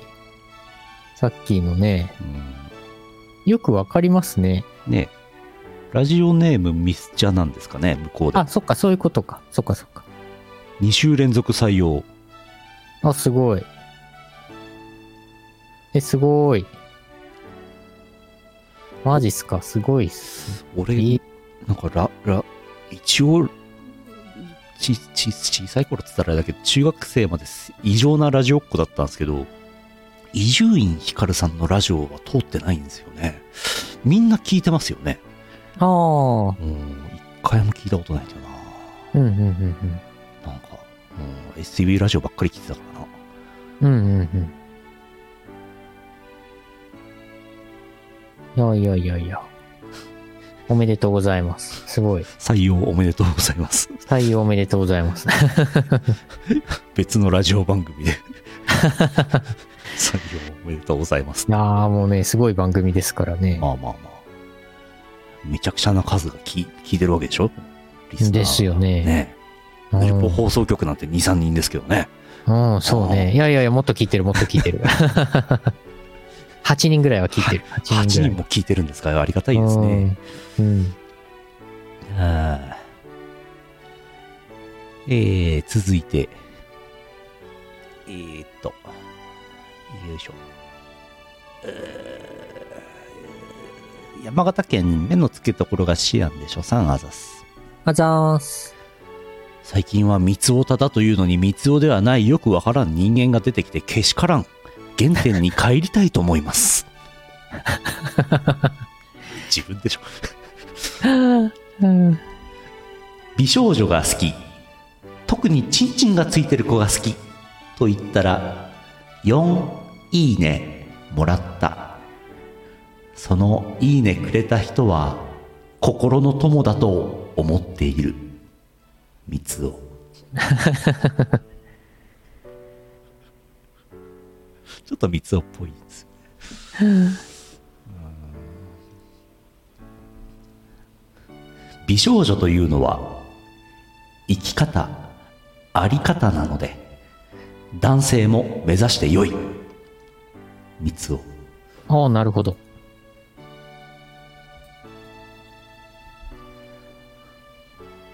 さっきのね、
うん
よくわかりますね。
ねえラジオネームミスチャなんですかね向こうで
あ、そっか、そういうことか。そっか、そっか。
2週連続採用
あ、すごい。え、すごい。マジっすか、すごいっす。
俺
いい
なんかラ、ラ、一応、ち、ち、小さい頃って言ったらあれだけど、中学生まです異常なラジオっ子だったんですけど、伊集院光さんのラジオは通ってないんですよね。みんな聞いてますよね。
ああ。
うん、一回も聞いたことないんだよ
うんうんうん
な。なんか、うん、STV ラジオばっかり聞いてたからな。
うん。うんうんうん。いやいやいやいや。おめでとうございます。すごい。
採用おめでとうございます。
採用おめでとうございます。
別のラジオ番組で。採用おめでとうございます。
いやーもうね、すごい番組ですからね。
まあまあまあ。めちゃくちゃな数が聞聞いてるわけでしょリスナーが
ですよね
ね。
うん
ヌルポ放送局なんて2、3人ですけどね。
うん、そうね。いやいやいや、もっと聞いてる、もっと聞いてる。8人ぐらいは聞いてる。
8
8人ぐ
人
らい。
も聞いてるんですから、ありがたいですね。
うん。うん。
ああえー、続いて、えー、っと、よいしょ。えー山形県目の付けどころがシアンでしょ、サンアザス。
あざーす。
最近は三つおただというのに三つおではないよくわからん人間が出てきてけしからん原点に帰りたいと思います自分でしょ
うん。
美少女が好き特にチンチンがついてる子が好きと言ったら4いいねもらったそのいいねくれた人は心の友だと思っている三つお ちょっと三つおっぽいですようん美少女というのは生き方あり方なので男性も目指してよい三つお
ああ、なるほど。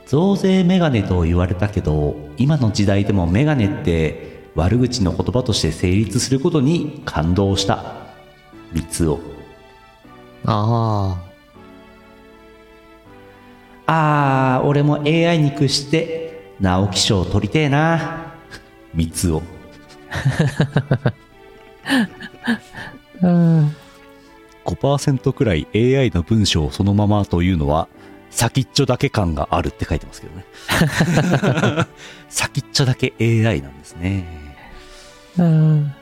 増税メガネと言われたけど今の時代でもメガネって悪口の言葉として成立することに感動した三つお
あ
あー俺も AI に屈して直木賞取りてえな 三つ お
あ。うん。
5%くらい AI の文章をそのままというのは先っちょだけ感があるって書いてますけど ね先っちょだけ AI なんですね
うん。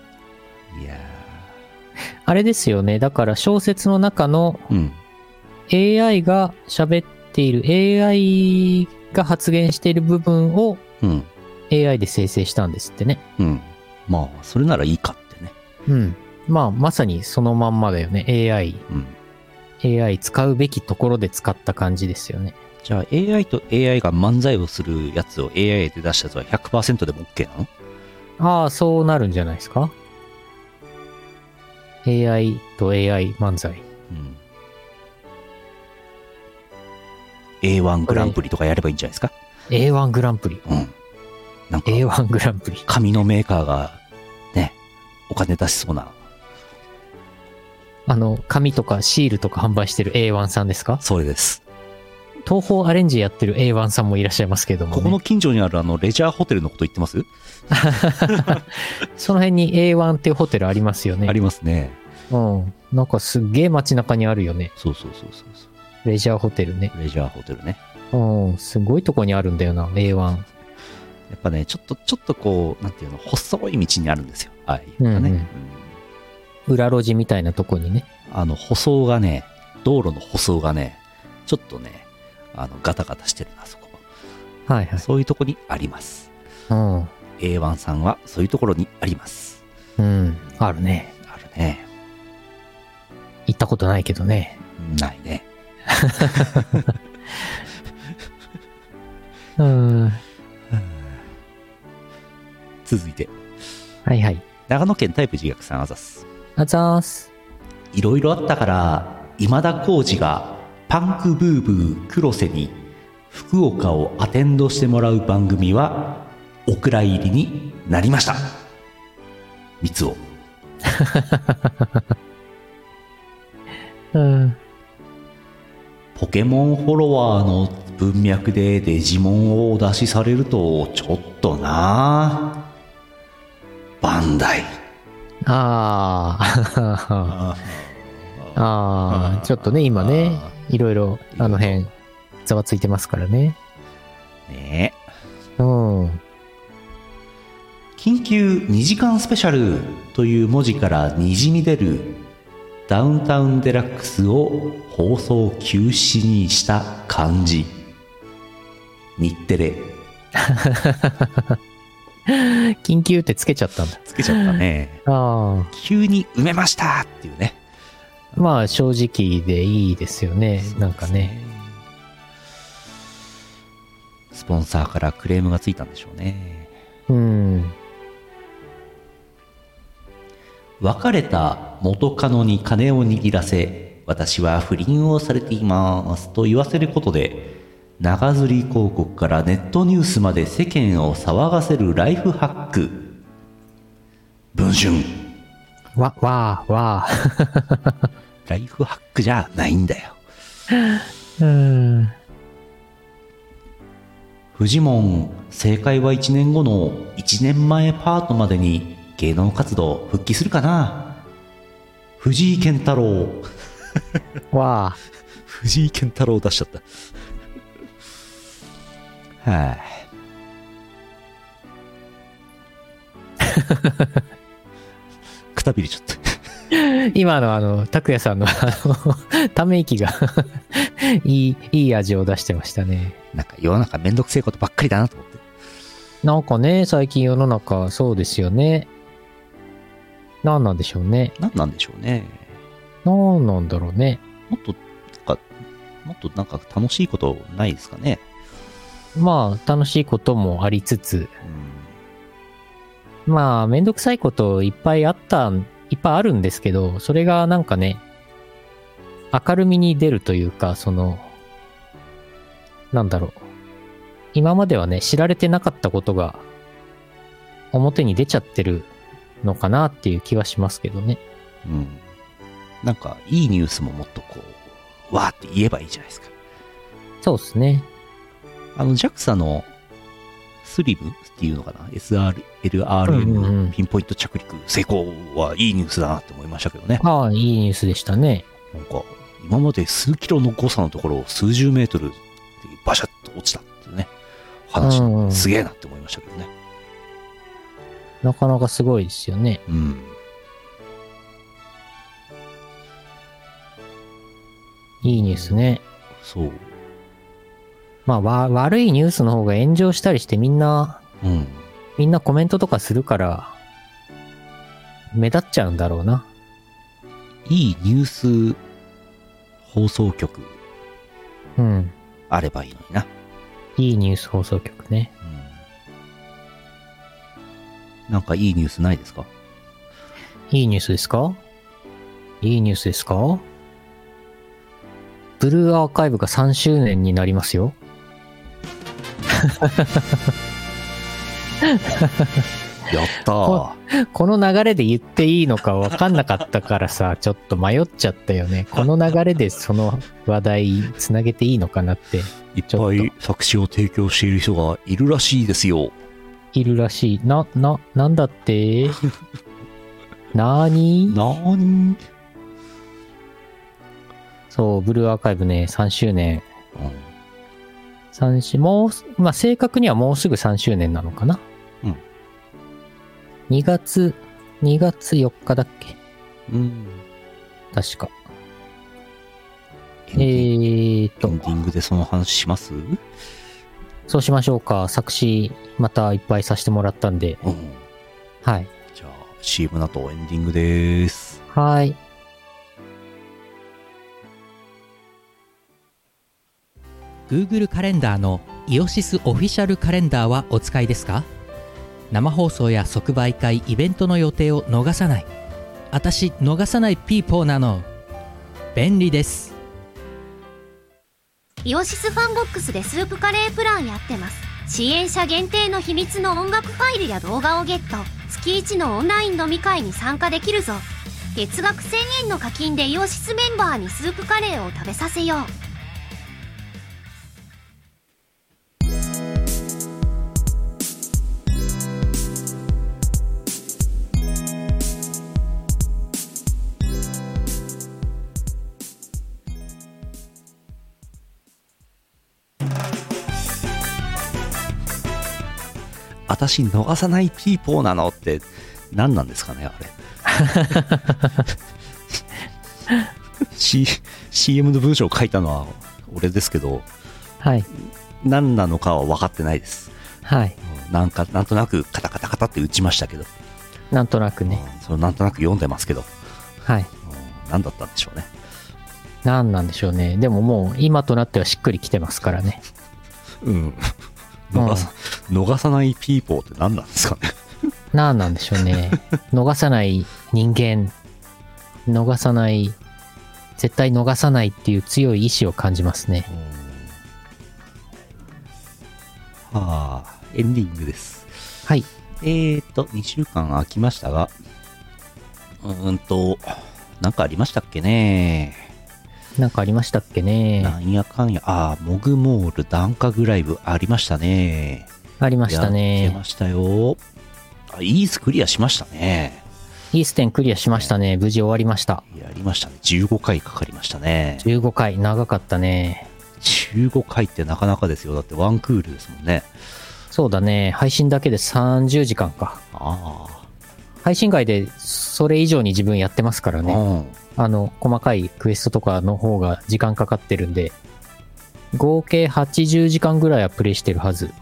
いや
あれですよね。だから小説の中の
ーうん
AI が喋っている、AI が発言している部分を
うん
AI で生成したんですってね。
うんまあそれならいいかってね
うん。まあ、まさにそのまんまだよね。AI。
うん
AI 使うべきところで使った感じですよね。
じゃあ AI と AI が漫才をするやつを AI で出したやつは100%でも OK なの
ああ、そうなるんじゃないですか ?AI と AI 漫才。
うん。A1 グランプリとかやればいいんじゃないですか
A1 グランプリ。
うん。なんか、
A1 グランプリ。
紙のメーカーが、ね、お金出しそうな、
あの、紙とかシールとか販売してる A1 さんですか
それです。
東宝アレンジやってる A1 さんもいらっしゃいますけども、ね。
ここの近所にあるあの、レジャーホテルのこと言ってます、
その辺に A1 っていうホテルありますよね。
ありますね。
うん。なんかすっげえ街中にあるよね。
そうそうそうそうそ
レジャーホテルね。
う。レジャーホテルね。
うん。すごいとこにあるんだよな、A1。
やっぱね、ちょっと、ちょっとこう、なんていうの、細い道にあるんですよ。ああいうのがね。
うんうん
うん
裏路地みたいなとこにね。
あの、舗装がね、道路の舗装がね、ちょっとね、あの、ガタガタしてるな、そこ。
はいはい。
そういうとこにあります。
うん。
A1 さんはそういうところにあります。
うん。あるね。
あるね。
行ったことないけどね。
ないね。
うん。
続いて、
はいはい。
長野県タイプ自虐さんあざす。
あざーす。
いろいろあったから、今田耕司がパンクブーブー黒瀬に福岡をアテンドしてもらう番組は、お蔵入りになりました。三つを。
うん。
ポケモンフォロワーの文脈でデジモンをお出しされるとちょっとなぁバンダイ
あー。あー。ちょっとね、今ね、いろいろ、あの辺、ざわついてますからね。
ね
うん。
え緊急2時間スペシャルという文字からにじみ出るダウンタウンデラックスを放送休止にした感じ日テレ
緊急ってつけちゃったんだ。
つけちゃったね
あ
急に埋めましたっていうね
ー。まあ、正直でいいですよね。なんかね。
そうですねスポンサーからクレームがついたんでしょうね。
うん。
別れた元カノに金を握らせ、私は不倫をされていますと言わせることで、長釣り広告からネットニュースまで世間を騒がせるライフハック。文春、
わ、わあ、わあ。
ライフハックじゃないんだよ。
うん。
フジモン、正解は1年後の1年前パートまでに芸能活動復帰するかな藤井健太郎。
わあ。
藤井健太郎出しちゃった。はい、くたびれちゃった。
今のあの、拓也さんのあ の、ため息が、 いい、いい味を出してましたね。
なんか世の中めんどくせえことばっかりだなと思って。
なんかね、最近世の中そうですよね。何なんでしょうね。
何なんでしょうね。
何なんだろうね。
もっと、なんか、もっとなんか楽しいことないですかね。
まあ、楽しいこともありつつ、
うん
まあ、めんどくさいこといっぱいあったん、いっぱいあるんですけど、それがなんかね、明るみに出るというか、その、なんだろう。今まではね、知られてなかったことが、表に出ちゃってるのかなっていう気はしますけどね。
うん。なんか、いいニュースももっとこう、わーって言えばいいじゃないですか。
そうですね。
あの、JAXA のスリムっていうのかな ?SR、
うんうん
LRM ピンポイント着陸成功はいいニュースだなって思いましたけどね。
ああ、いいニュースでしたね。
なんか、今まで数キロの誤差のところを数十メートルでバシャッと落ちたっていうね、話、
うんうん
すげえなって思いましたけどね。
なかなかすごいですよね。
うん。
いいニュースね。
そう。
まあ、わ、悪いニュースの方が炎上したりしてみんな
うん。
みんなコメントとかするから、目立っちゃうんだろうな。
いいニュース放送局
うん。
あればいいのにな。
いいニュース放送局ね。
なんかいいニュースないですか
いいニュースですかいいニュースですかブルーアーカイブが3周年になりますよ。
やったー
ここの流れで言っていいのか分かんなかったからさ、ちょっと迷っちゃったよね。この流れでその話題つなげていいのかなって、
いっ
ちょっと
ぱい作詞を提供している人がいるらしいですよ。
いるらしい。な、な、なんだってなーに
なーに、
そう、ブルーアーカイブね、3周年。三周、もうす、まあ、正確にはもうすぐ3周年なのかな。
うん。
2月、2月4日だっけ
うん、うん。
確か。
エ
え
ンディング
ーっ
エ
と
ンデ、ィングでその話しますうん。
そうしましょうか。作詞、またいっぱいさせてもらったんで。はい。
じゃあ、CM の後エンディングです。
はい。
Google カレンダーのイオシスオフィシャルカレンダーはお使いですか生放送や即売会イベントの予定を逃さない私逃さないピーポーなの便利です
イオシスファンボックスでスープカレープランやってます支援者限定の秘密の音楽ファイルや動画をゲット月1のオンライン飲み会に参加できるぞ月額1000円の課金でイオシスメンバーにスープカレーを食べさせよう
私逃さないピーポーなのって何なんですかねあ れ C CM の文章を書いたのは俺ですけど
はい。
何なのかは分かってないです
はい。
うんなんかなんとなくカタカタカタって打ちましたけど、
なんとなくね。
うんそれなんとなく読んでますけど、
はい。
うん何だったんでしょうね
なんなんでしょうね。でももう、今となってはしっくりきてますからね。
うん逃さ,、逃さないピーポーって何なんですかね。
なんなんでしょう ね。逃さない人間、逃さない、絶対逃さないっていう強い意志を感じますね。
はあ、エンディングです。
はい。
えーと、2週間空きましたが、うーんと、なんかありましたっけね。
なんかありましたっけ
な
ね。
んやかんや、ああ、モグモール、ダンカグライブありましたね。
ありました
やって
ね
ま。したよ。あ、イースクリアしましたね。
イーステンクリアしましたね。無事終わりました。
やりましたね。15回かかりましたね。
15回、長かったね。
15回ってなかなかですよ。だってワンクールですもんね。
そうだね。配信だけで30時間か。
あ
配信外でそれ以上に自分やってますから
あ。
ね。
うん。
あの、細かいクエストとかの方が時間かかってるんで、合計80時間ぐらいはプレイしてるはず。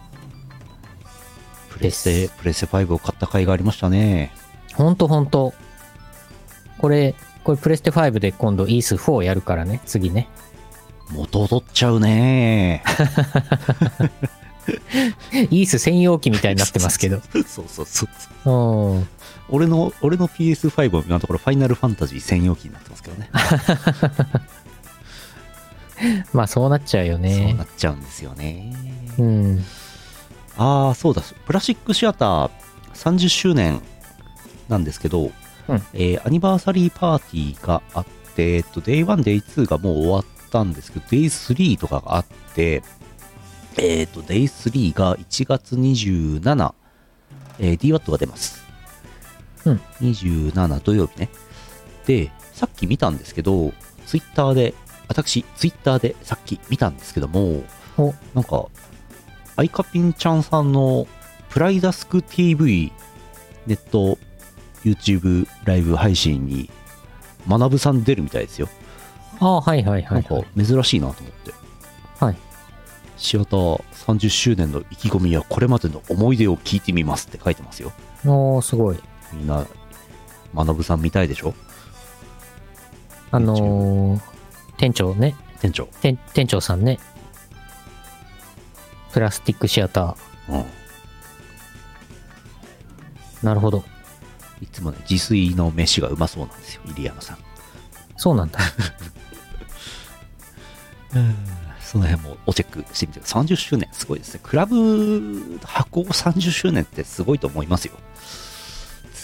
プレステ、
で
プレステ5を買った回がありましたね。
ほんとほんと。これ、これプレステ5で今度イース4やるからね、次ね。
元取っちゃうね。
イース専用機みたいになってますけど。
そうそうそう。
うん。
俺の、俺の PS5 は今のところファイナルファンタジー専用機になってますけどね。
まあそうなっちゃうよ
そう
ね
な。っちゃうんですよね。
うん。
ああ、そうだ。プラスチックシアター30周年なんですけど、
うん
えーアニバーサリーパーティーがあって、えっと、Day1、Day2 がもう終わったんですけど、Day3 とかがあって、えっと、Day3 が1月27、えー、DWAT が出ます。
うん
27土曜日ね。で、さっき見たんですけど、ツイッターで、私、ツイッターでさっき見たんですけども、
お、
なんか、アイカピンちゃんさんのプライダスク TV ネット YouTube ライブ配信に、まなぶさん出るみたいですよ。
ああ、はいはいは、
ないん
は
か
い。
珍しいなと思って。
はい。
シアター30周年の意気込みやこれまでの思い出を聞いてみますって書いてますよ。
おー、すごい。
みんな、まなぶさん見たいでしょ
あのー、店長ね。
店長。
店店長さんね。プラスティックシアター。
うん。
なるほど。
いつもね、自炊の飯がうまそうなんですよ、入山さん。
そ うなんだ。
その辺もおチェックしてみてください。30周年、すごいですね。クラブ発行30周年ってすごいと思いますよ。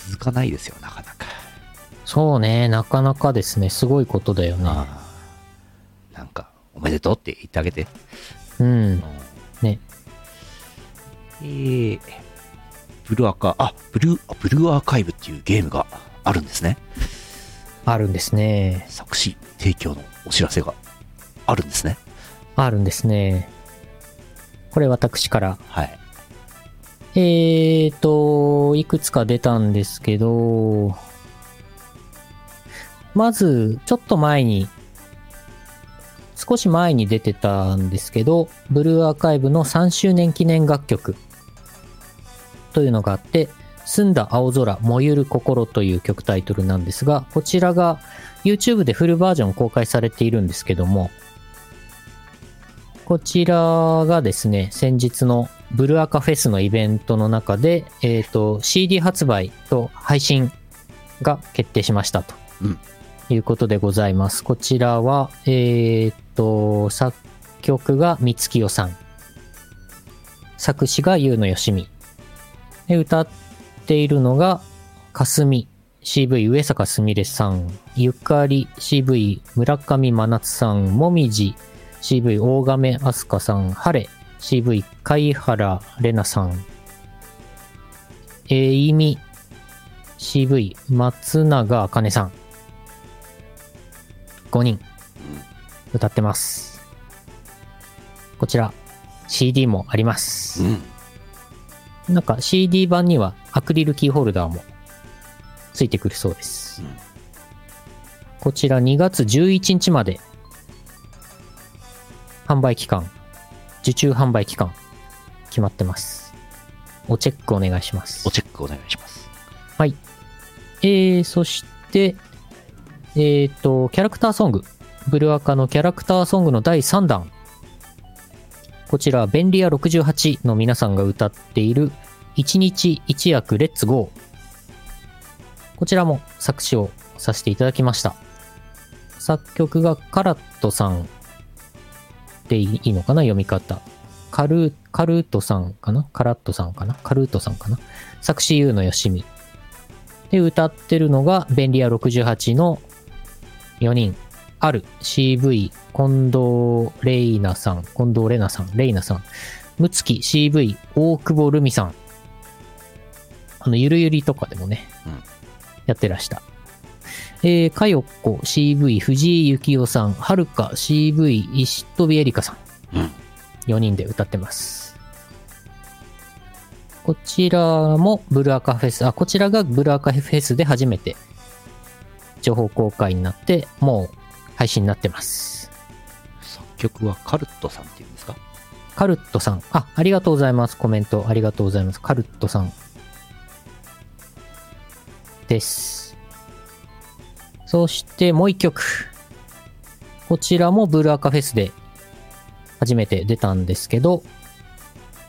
続かないですよ、なかなか。
そうね。なかなかですね。すごいことだよね。
ああなんか、おめでとうって言ってあげて。
うん。ね。
えー、ブルーアカ、あ、ブルー、あブルーアーカイブっていうゲームがあるんですね。
あるんですね。
作詞提供のお知らせがあるんですね。
あるんですね。これ私から。
はい。
えーと、いくつか出たんですけど、まず、ちょっと前に、少し前に出てたんですけど、ブルーアーカイブの3周年記念楽曲というのがあって、澄んだ青空、燃ゆる心という曲タイトルなんですが、こちらが YouTube でフルバージョン公開されているんですけども、こちらがですね、先日のブルアカフェスのイベントの中で、えっ、と、CD 発売と配信が決定しましたと。
うん
いうことでございます。こちらは、えっ、と、作曲が三月代さん。作詞が優野よしみ。で、歌っているのが、かすみ、CV 上坂すみれさん。ゆかり、CV 村上真夏さん。もみじ、CV 大亀飛鳥さん、晴れ CV 貝原玲奈さん、えいみ CV 松永茜さん、5人歌ってます。こちら CD もあります。
ん。
なんか CD 版にはアクリルキーホルダーもついてくるそうです。
うん
こちら2月11日まで販売期間、受注販売期間決まってます。おチェックお願いします
お。チェックお願いします。
えー、そして、えっ、と、キャラクターソング。ブルアカのキャラクターソングの第3弾。こちら、便利屋68の皆さんが歌っている、一日一役レッツゴー。こちらも作詞をさせていただきました。作曲がカラットさんでいいのかな読み方。カル、カルートさんかなカラットさんかなカルートさんかな作詞優のよしみ。で、歌ってるのが、便利屋68の4人。ある CV、近藤レイナさん、近藤レナさん、レイナさん、ムツキ CV、大久保ルミさん。あの、ゆるゆりとかでもね、
うん
やってらした。えー、かよっこ CV、藤井幸雄さん、はるか CV、石飛エリカさん。
うん
4人で歌ってます。こちらもブルアカフェス、あ、こちらがブルアカフェスで初めて情報公開になって、もう配信になってます。
作曲はカルットさんっていうんですか
カルットさん。あ、ありがとうございます。コメントありがとうございます。カルットさん。です。そしてもう一曲。こちらもブルーアカフェスで初めて出たんですけど、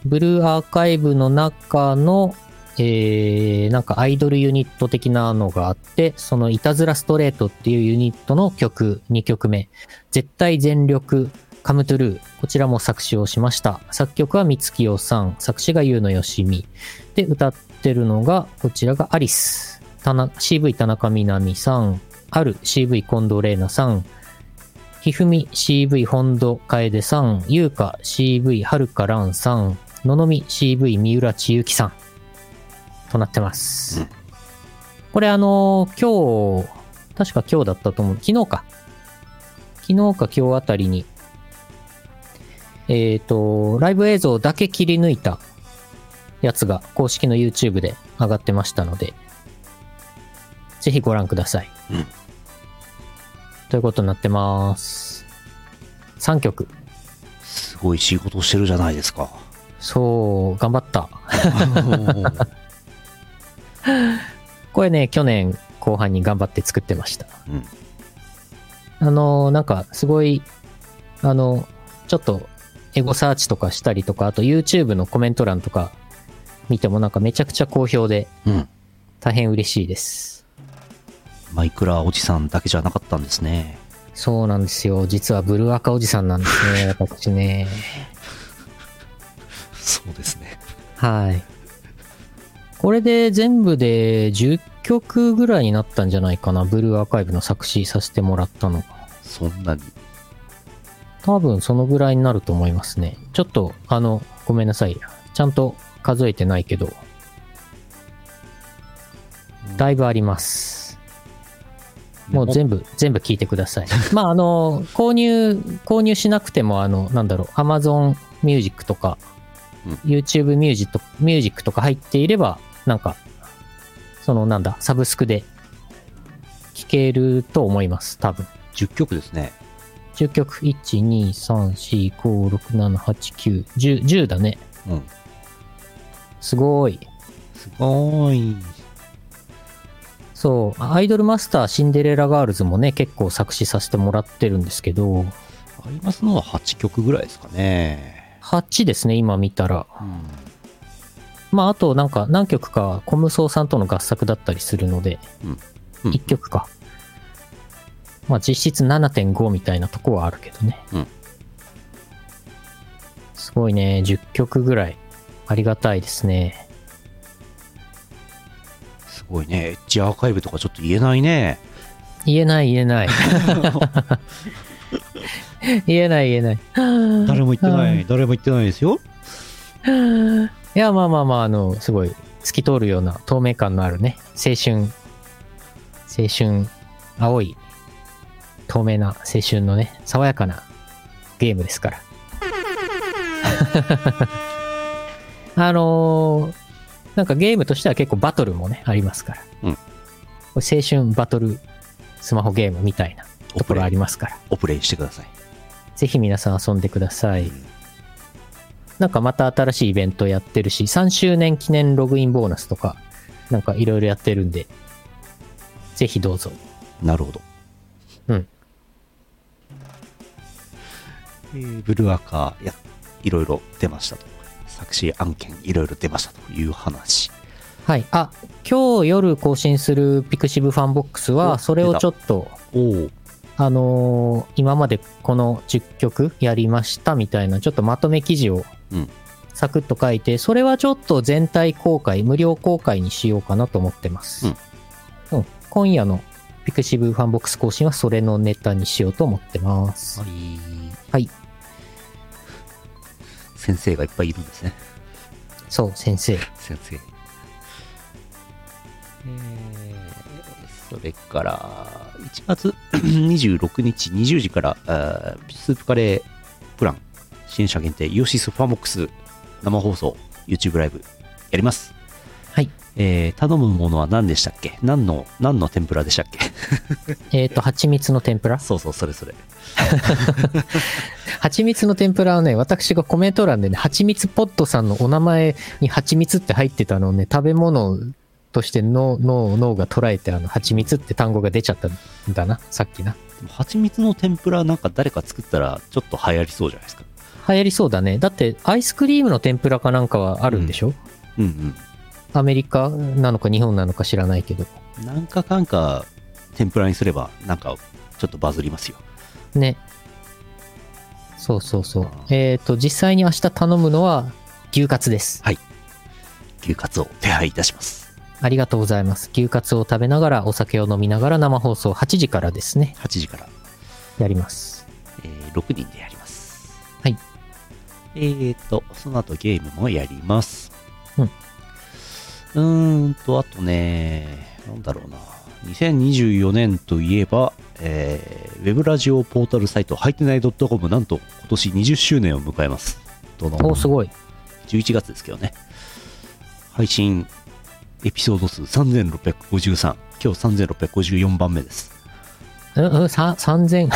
ブルーアーカイブの中の、えー、なんかアイドルユニット的なのがあって、そのいたずらストレートっていうユニットの曲、2曲目。絶対全力カムトゥルー。こちらも作詞をしました。作曲は三月代さん。作詞が優のよしみ。で、歌ってるのが、こちらがアリス。田中 CV 田中みなみさん。ある CV 近藤玲奈さん。ひふみ CV 本土楓さん。ゆうか CV はるか蘭さん。ののみ CV 三浦千幸さん。となってます。
うん
これあのー今日、確か今日だったと思う。昨日か。昨日か今日あたりに、えっ、と、ライブ映像だけ切り抜いたやつが公式の YouTube で上がってましたので、ぜひご覧ください。
うん
ということになってます。3曲。
すごい仕事してるじゃないです か。
そう、頑張った。これね、去年後半に頑張って作ってました。
うん
あのーなんか、すごい、あの、ちょっと、エゴサーチとかしたりとか、あと YouTube のコメント欄とか見てもなんかめちゃくちゃ好評で
うん。
大変嬉しいです。
マイクラおじさんだけじゃなかったんですね。
そうなんですよ。実はブルーアカおじさんなんですね、私ね。
そうですね。
はい。これで全部で10曲ぐらいになったんじゃないかな。ブルーアーカイブの作詞させてもらったのが。
そんなに。
多分そのぐらいになると思いますね。ちょっと、あの、ごめんなさい。ちゃんと数えてないけど。だいぶあります。もう全部、全部聞いてください。 まあ、あの、購入、購入しなくても、あの、なんだろう、Amazon Music とか、
うん
YouTube Music と Music とか入っていれば、なんか、その、なんだ、サブスクで聞けると思います、多分。
10曲ですね。
10曲、1、2、3、4、5、6、7、8、9、10、10だね。
うん。
すごい。
すごい。
そう、アイドルマスターシンデレラガールズもね、結構作詞させてもらってるんですけど、
ありますのは8曲ぐらいですかね。
8ですね、今見たら。
うん。
まあ、あとなんか何曲かコムソーさんとの合作だったりするので、
うんうん
1曲か。まあ、実質7.5みたいなとこはあるけどね。
うん
すごいね、10曲ぐらい。ありがたいですね。
すごいね。エッジアーカイブとかちょっと言えないね。
言えない言 えない。 言えない言えない。
誰も言ってな。
はい
誰も言ってないですよ。
いや、まあまあまあ、あの、すごい、透き通るような透明感のあるね、青春、青春、青い、透明な青春のね、爽やかなゲームですから。 あのーなんかゲームとしては結構バトルもね、ありますから。
うん
これ青春バトルスマホゲームみたいなところありますから。
おプレイしてください。
ぜひ皆さん遊んでください。なんかまた新しいイベントやってるし、3周年記念ログインボーナスとか、なんかいろいろやってるんで、ぜひどうぞ。
なるほど。
うん。
えーブルーアカやっいろいろ出ましたと作詞案件いろいろ出ましたという話
はい。あ、今日夜更新するピクシブファンボックス
お
は、それをちょっと、
おお
あのー今までこの10曲やりましたみたいな、ちょっとまとめ記事を
うん
サクッと書いて、それはちょっと全体公開、無料公開にしようかなと思ってます。うん。今夜のピクシブファンボックス更新はそれのネタにしようと思ってます。はい。
先生がいっぱいいるんですね
そう、先生。
先生それから1月 26日20時からあースープカレープラン支援者限定イオシスファンボックス生放送 YouTube ライブやります
はい。
えー頼むものは何でしたっけ何の何の天ぷらでしたっけ
えっ、と、蜂蜜の天ぷら
そうそうそれそれ
蜂蜜の天ぷらはね、私がコメント欄でね、蜂蜜ポットさんのお名前に蜂蜜って入ってたのをね、食べ物として脳脳脳が捉えて、あの、蜂蜜って単語が出ちゃったんだな、さっきな。
でも蜂蜜の天ぷらなんか誰か作ったらちょっと流行りそうじゃないですか
流行りそうだね。だって、アイスクリームの天ぷらかなんかはあるんでしょ、
うんうん
アメリカなのか日本なのか知らないけど。
なんかかんか天ぷらにすればなんかちょっとバズりますよ
ね。そうそうそう。えっ、と、実際に明日頼むのは牛カツです。
牛カツを手配いたします
ありがとうございます。牛カツを食べながら、お酒を飲みながら生放送8時からですね。
8時から、
やります。
えー6人でやります
はい
えーとその後ゲームもやります
うん
うーんとあとねなんだろうな2024年といえば、えーウェブラジオポータルサイトハイテナイドットコムなんと今年20周年を迎えますどの
おすごい。
11月ですけどね配信エピソード数3653今日3654番目です
うんうん、さ3000、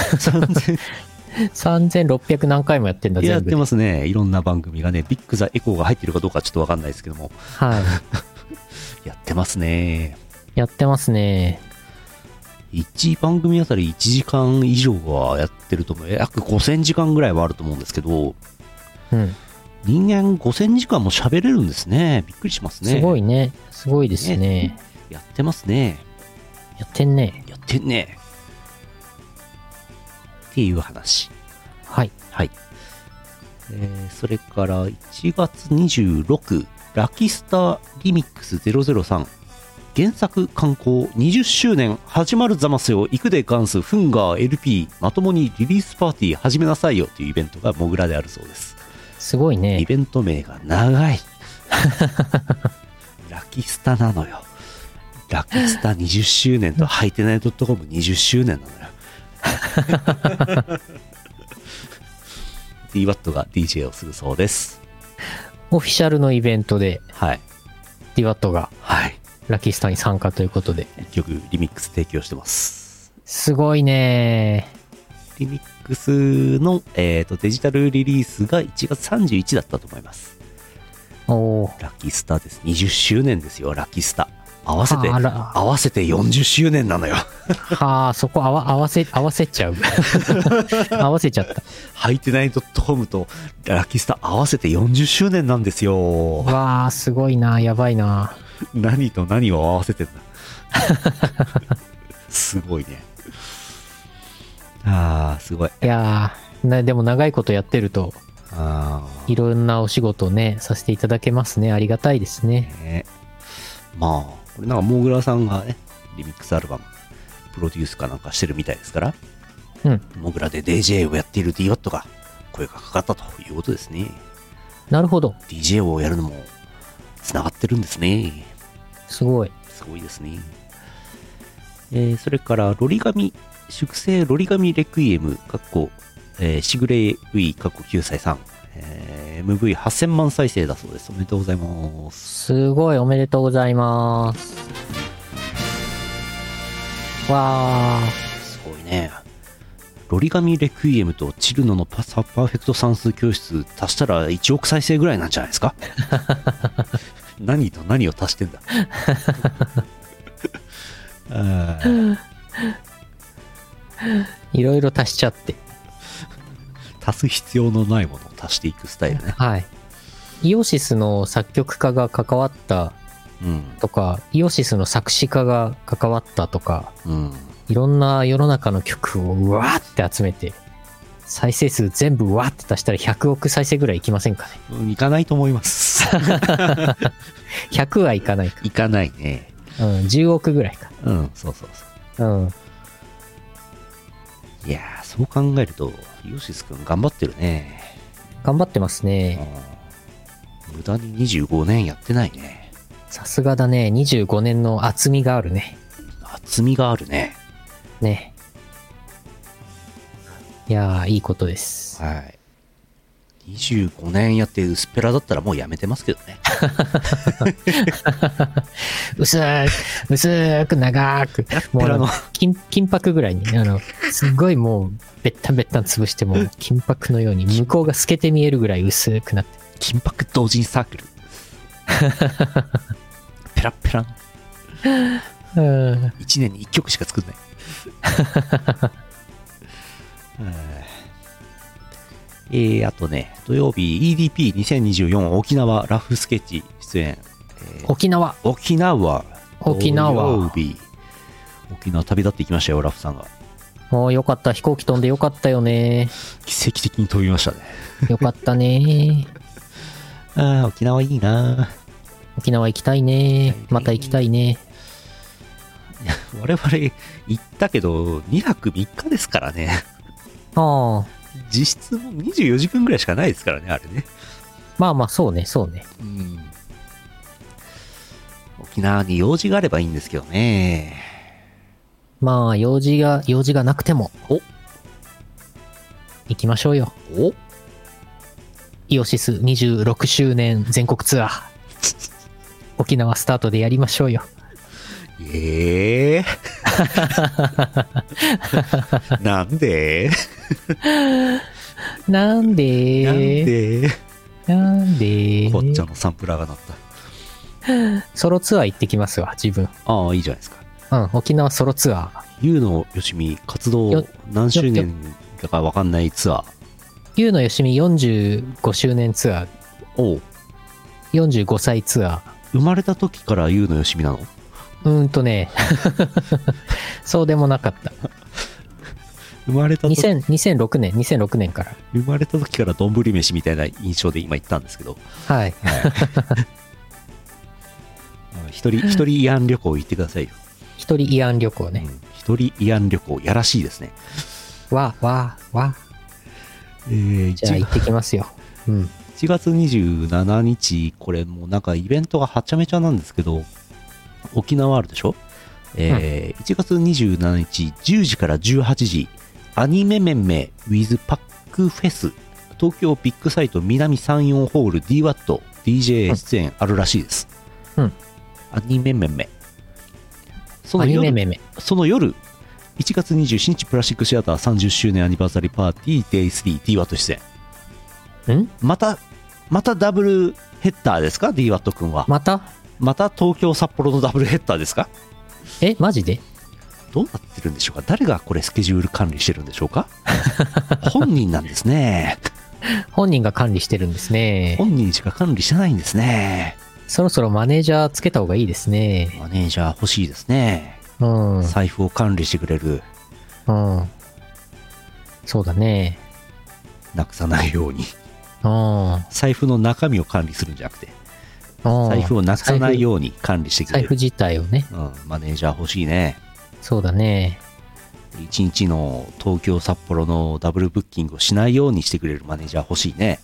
3600何回もやってんだ、
やっ
全部
て
で。
ますねいろんな番組がねビッグザエコーが入ってるかどうかちょっとわかんないですけども
はい。
やってますね
やってますね。
1番組あたり1時間以上はやってると思う約5000時間ぐらいはあると思うんですけど
うん。
人間5000時間も喋れるんですねびっくりしますね
すごいね。すごいですね。
ねやってますね
やってんね。
やってんねっていう話
はい。
はい。えーそれから1月26、ラキスタリミックス003、原作刊行20周年始まるざますよ、行くでガンス、フンガー LP、まともにリリースパーティー始めなさいよというイベントがモグラであるそうです。
すごい
イ
ね。
ベント名が長い。ラキスタなのよ。ラキスタ20周年とハイテナイドットコム20周年なのよ。DWAT が DJ をするそうです。
オフィシャルのイベントで、
はい。
ディワットが
はい。
ラキスタに参加ということで。
一曲リミックス提供してます。
すごいね。
リミックスの、えー、とデジタルリリースが1月31だったと思います。
おー。
ラキスタです。20周年ですよ、ラキスタ。合わせて、
あら
合わせて40周年なのよ。
はあ、そこ合わ合わせ、合わせちゃう。 合わせちゃった。
ハイテナイドットコムとラキスタ合わせて40周年なんですよ。
わあ、すごいな。やばいな。
何と何を合わせ てんだ。すごいね。ああ、すごい。
いやー、ね、でも長いことやってると、
あー
いろんなお仕事をね、させていただけますね。ありがたいですね。
ねまあ、これなんか、モグラさんがね、リミックスアルバム、プロデュースかなんかしてるみたいですから、
うん。
モグラで DJ をやっている DWAT が声がかかったということですね。
なるほど。
DJ をやるのも、つながってるんですね。
すごい。
すごいですね。えーそれから、ロリガミ、粛清ロリガミレクイエム、かっこ、えーシグレイウィ、かっこ9歳さん、えー MV8000 万再生だそうです。おめでとうございます。
すごい。おめでとうございます。わ
すごいね。ロリガミレクイエムとチルノのパサパーフェクト算数教室足したら1億再生ぐらいなんじゃないですか何と何を足してんだ あー
ー。いろいろ足しちゃって。
足す必要のないものを足していくスタイルね。
はい。イオシスの作曲家が関わった
うん。
とか、イオシスの作詞家が関わったとか、
うん。
いろんな世の中の曲をうわーって集めて、再生数全部うわーって足したら100億再生ぐらいいきませんかね。
うんいかないと思います。
100はいかないか。
いかないね。
うん、10億ぐらいか。
うん、そうそうそ
うん。
う。いやー、そう考えると、イオシス君頑張ってるね。
頑張ってます
うん
ね。
無駄に25年やってないね。
さすがだね。25年の厚みがあるね。
厚みがあるね。
ね。いやー、いいことです。
はい。25年やって薄っぺらだったらもうやめてますけどね。
薄ーく、薄ーく、長ーく。もうあの
ペラの
金、金箔ぐらいに、あの、すっごいもう、べったんべったん潰しても、金箔のように、向こうが透けて見えるぐらい薄くなって。
金箔同人サークル。 ペラッペラの
うん。
1年に1曲しか作んない。 えー、あとね、土曜日 EDP2024 沖縄ラフスケッチ出演。えー
沖縄。
沖縄。
沖縄
土曜日。沖縄旅立っていきましたよ、ラフさんが。
もうよかった。飛行機飛んでよかったよね。
奇跡的に飛びましたね。
よかった ね。
ああ、沖縄いいな
沖縄行きたいね。また行きたいね。
我々行ったけど、2泊3日ですからね。
ああ。
実質もう24時間ぐらいしかないですからね、あれね。
まあまあ、そうね、そうね。
うん。沖縄に用事があればいいんですけどね。
まあ、用事が、用事がなくても。
お
行きましょうよ。
お
イオシス26周年全国ツ アー。沖縄スタートでやりましょうよ。
え えなんで
なんでー
なんで
なんでー
こっちゃのサンプラーが鳴った。
ソロツアー行ってきますわ、自分。
ああ、いいじゃないですか。
うん、沖縄ソロツアー。
ゆうのよしみ活動
よ
何周年だかわかんないツアー。
ゆうのよしみ45周年ツアー、
おう
45歳ツア
生まれた時からゆうのよしみなの
ー。うーんとね、 そうでもなかった。
生まれた時
2000 2006年、2006年から。
生まれた時から丼飯みたいな印象で今言ったんですけど、
はい。
一人、一人慰安旅行行ってくださいよ。
一人慰安旅行ね。
一人慰安旅行やらしいですね。
わ、わ、わ。
えー、
じゃあ行
1
ってきますよ。うん。
月27日、これもうなんかイベントがはちゃめちゃなんですけど、沖縄あるでしょえー1月27日10時から18時、アニメメンメ with パックフェス、東京ビッグサイト南三四ホール DWAT、DJ 出演あるらしいです。
うん。
アニメメンメ。そ
ア
の
ニ
夜
メめめ。
その夜、1月27日プラスチックシアター30周年アニバーサリーパーティー Day3DWAT 出演。
ん
また、またダブルヘッダーですか ?DWAT 君は。ま
また
た東京札幌のダブルヘッダーですか
え、マジで
どうなってるんでしょうか誰がこれスケジュール管理してるんでしょう か本人なんですね。
本人が管理してるんですね。
本人しか管理してないんですね。
そろそろマネージャーつけた方がいいですね。
マネージャー欲しいですね。
うん。うん。
財布を管理してくれる。
そうだね。
なくさないように。
うん。うん
財布の中身を管理するんじゃなくて、財布をなくさないように管理してくれ
財布財
る
布。自体をね。
うん、マネージャー欲しいね。
そうだね。
一日の東京、札幌のダブルブッキングをしないようにしてくれるマネージャー欲しいね。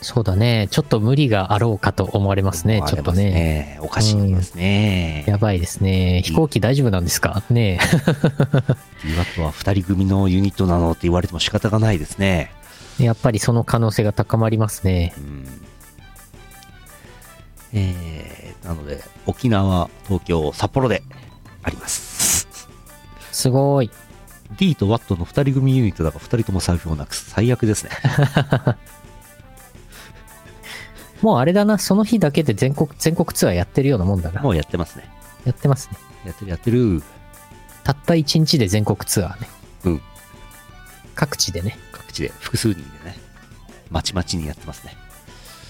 そうだね。ちょっと無理があろうかと思われますね。ちょっ
思
と
われます
ね。
ね。おかしいですね。
やばいですね。飛行機大丈夫なんですかね
リワットは二人組のユニットなのって言われても仕方がないですね。
えやっぱりその可能性が高まりますね。
うん。えー、なので、沖縄、東京、札幌であります。
すごい。
D とワットの二人組ユニットだから二人とも財布をなくす。最悪ですね。
もうあれだな。その日だけで全国、全国ツアーやってるようなもんだな。
もうやってますね。
やってますね。
やってるやってる。
たった1日で全国ツアーね。
うん。
各地でね。
各地で複数人でね、まちまちにやってますね。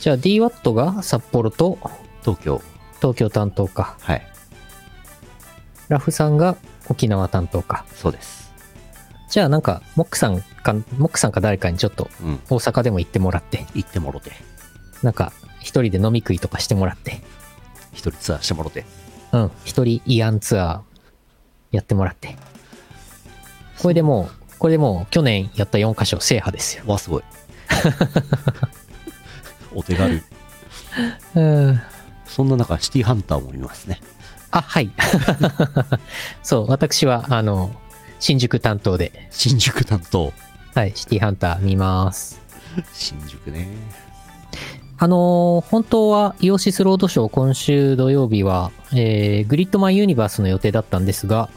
じゃあ DWAT が札幌と
東京、
東京担当か。
はい、
ラフさんが沖縄担当か。
そうです。
じゃあなんか、モックさんか、モックさんか誰かにちょっと
うん、
大阪でも行ってもらって、
行ってもろて、
なんか、一人で飲み食いとかしてもらって、
一人ツアーしてもろて、
うん、一人慰安ツアーやってもらって。これでもう、これでもう去年やった4箇所制覇ですよ。
わ、すごい。 お手軽。
うん。
そんな中、シティハンターもいますね。
あ、はい。 そう、私は、あの、新宿担当で、
新宿担当。
はい、シティハンター見ます。
新宿ね。
あのー本当はイオシスロードショー今週土曜日は、えーグリッドマンユニバースの予定だったんですが、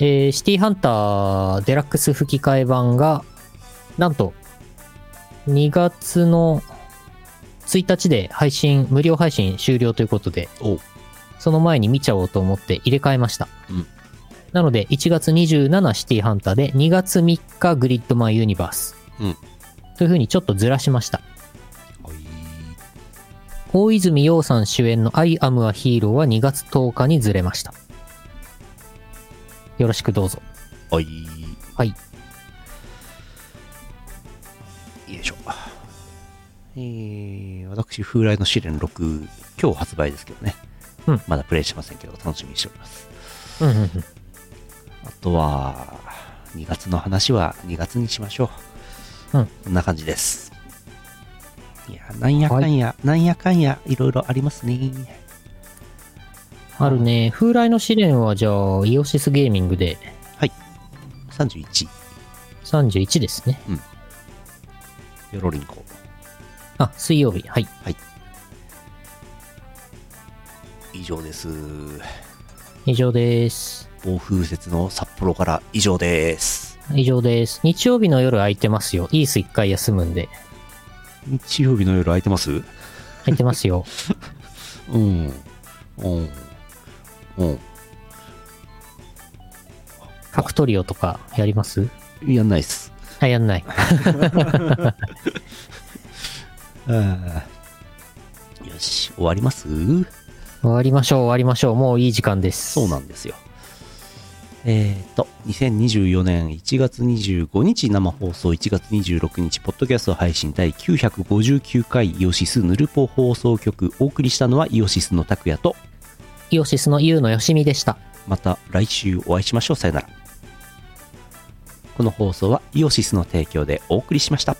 えーシティハンターデラックス吹き替え版が、なんと、2月の1日で配信、無料配信終了ということで、
おう
その前に見ちゃおうと思って入れ替えました。
うん
なので、1月27シティハンターで、2月3日グリッドマンユニバース。
うん
というふうにちょっとずらしました。
おい
大泉洋さん主演の「アイ・アム・ア・ヒーロー」は2月10日にずれましたよろしくどうぞ
おい
はい
よいしょ。えー、私、風来の試練6、今日発売ですけどね。
うん
まだプレイしてませんけど、楽しみにしております。
うんうんうん
あとは、2月の話は2月にしましょう。
うん。
こんな感じです。いや、なんやかんや、なんやかんや、いろいろありますね。
あるね風来の試練はじゃあイオシスゲーミングで
31、
31ですね
ヨロリンコ。
あ水曜日はい
以上です。
以上です
暴風雪の札幌から以上です。
以上です日曜日の夜空いてますよイース1回休むんで
日曜日の夜空いてます
空いてますよ
うん。うん。うん。
ファクトリオとかやります
やんないっす。
あやんない
あーよし、終わります
終わりましょう終わりましょうもういい時間です
そうなんですよ。えっ、と、2024年1月25日生放送、1月26日、ポッドキャスト配信第959回イオシスヌルポ放送局、お送りしたのはイオシスの拓也と、
イオシスの U のよしみでした
また来週お会いしましょう。さよなら。この放送はイオシスの提供でお送りしました。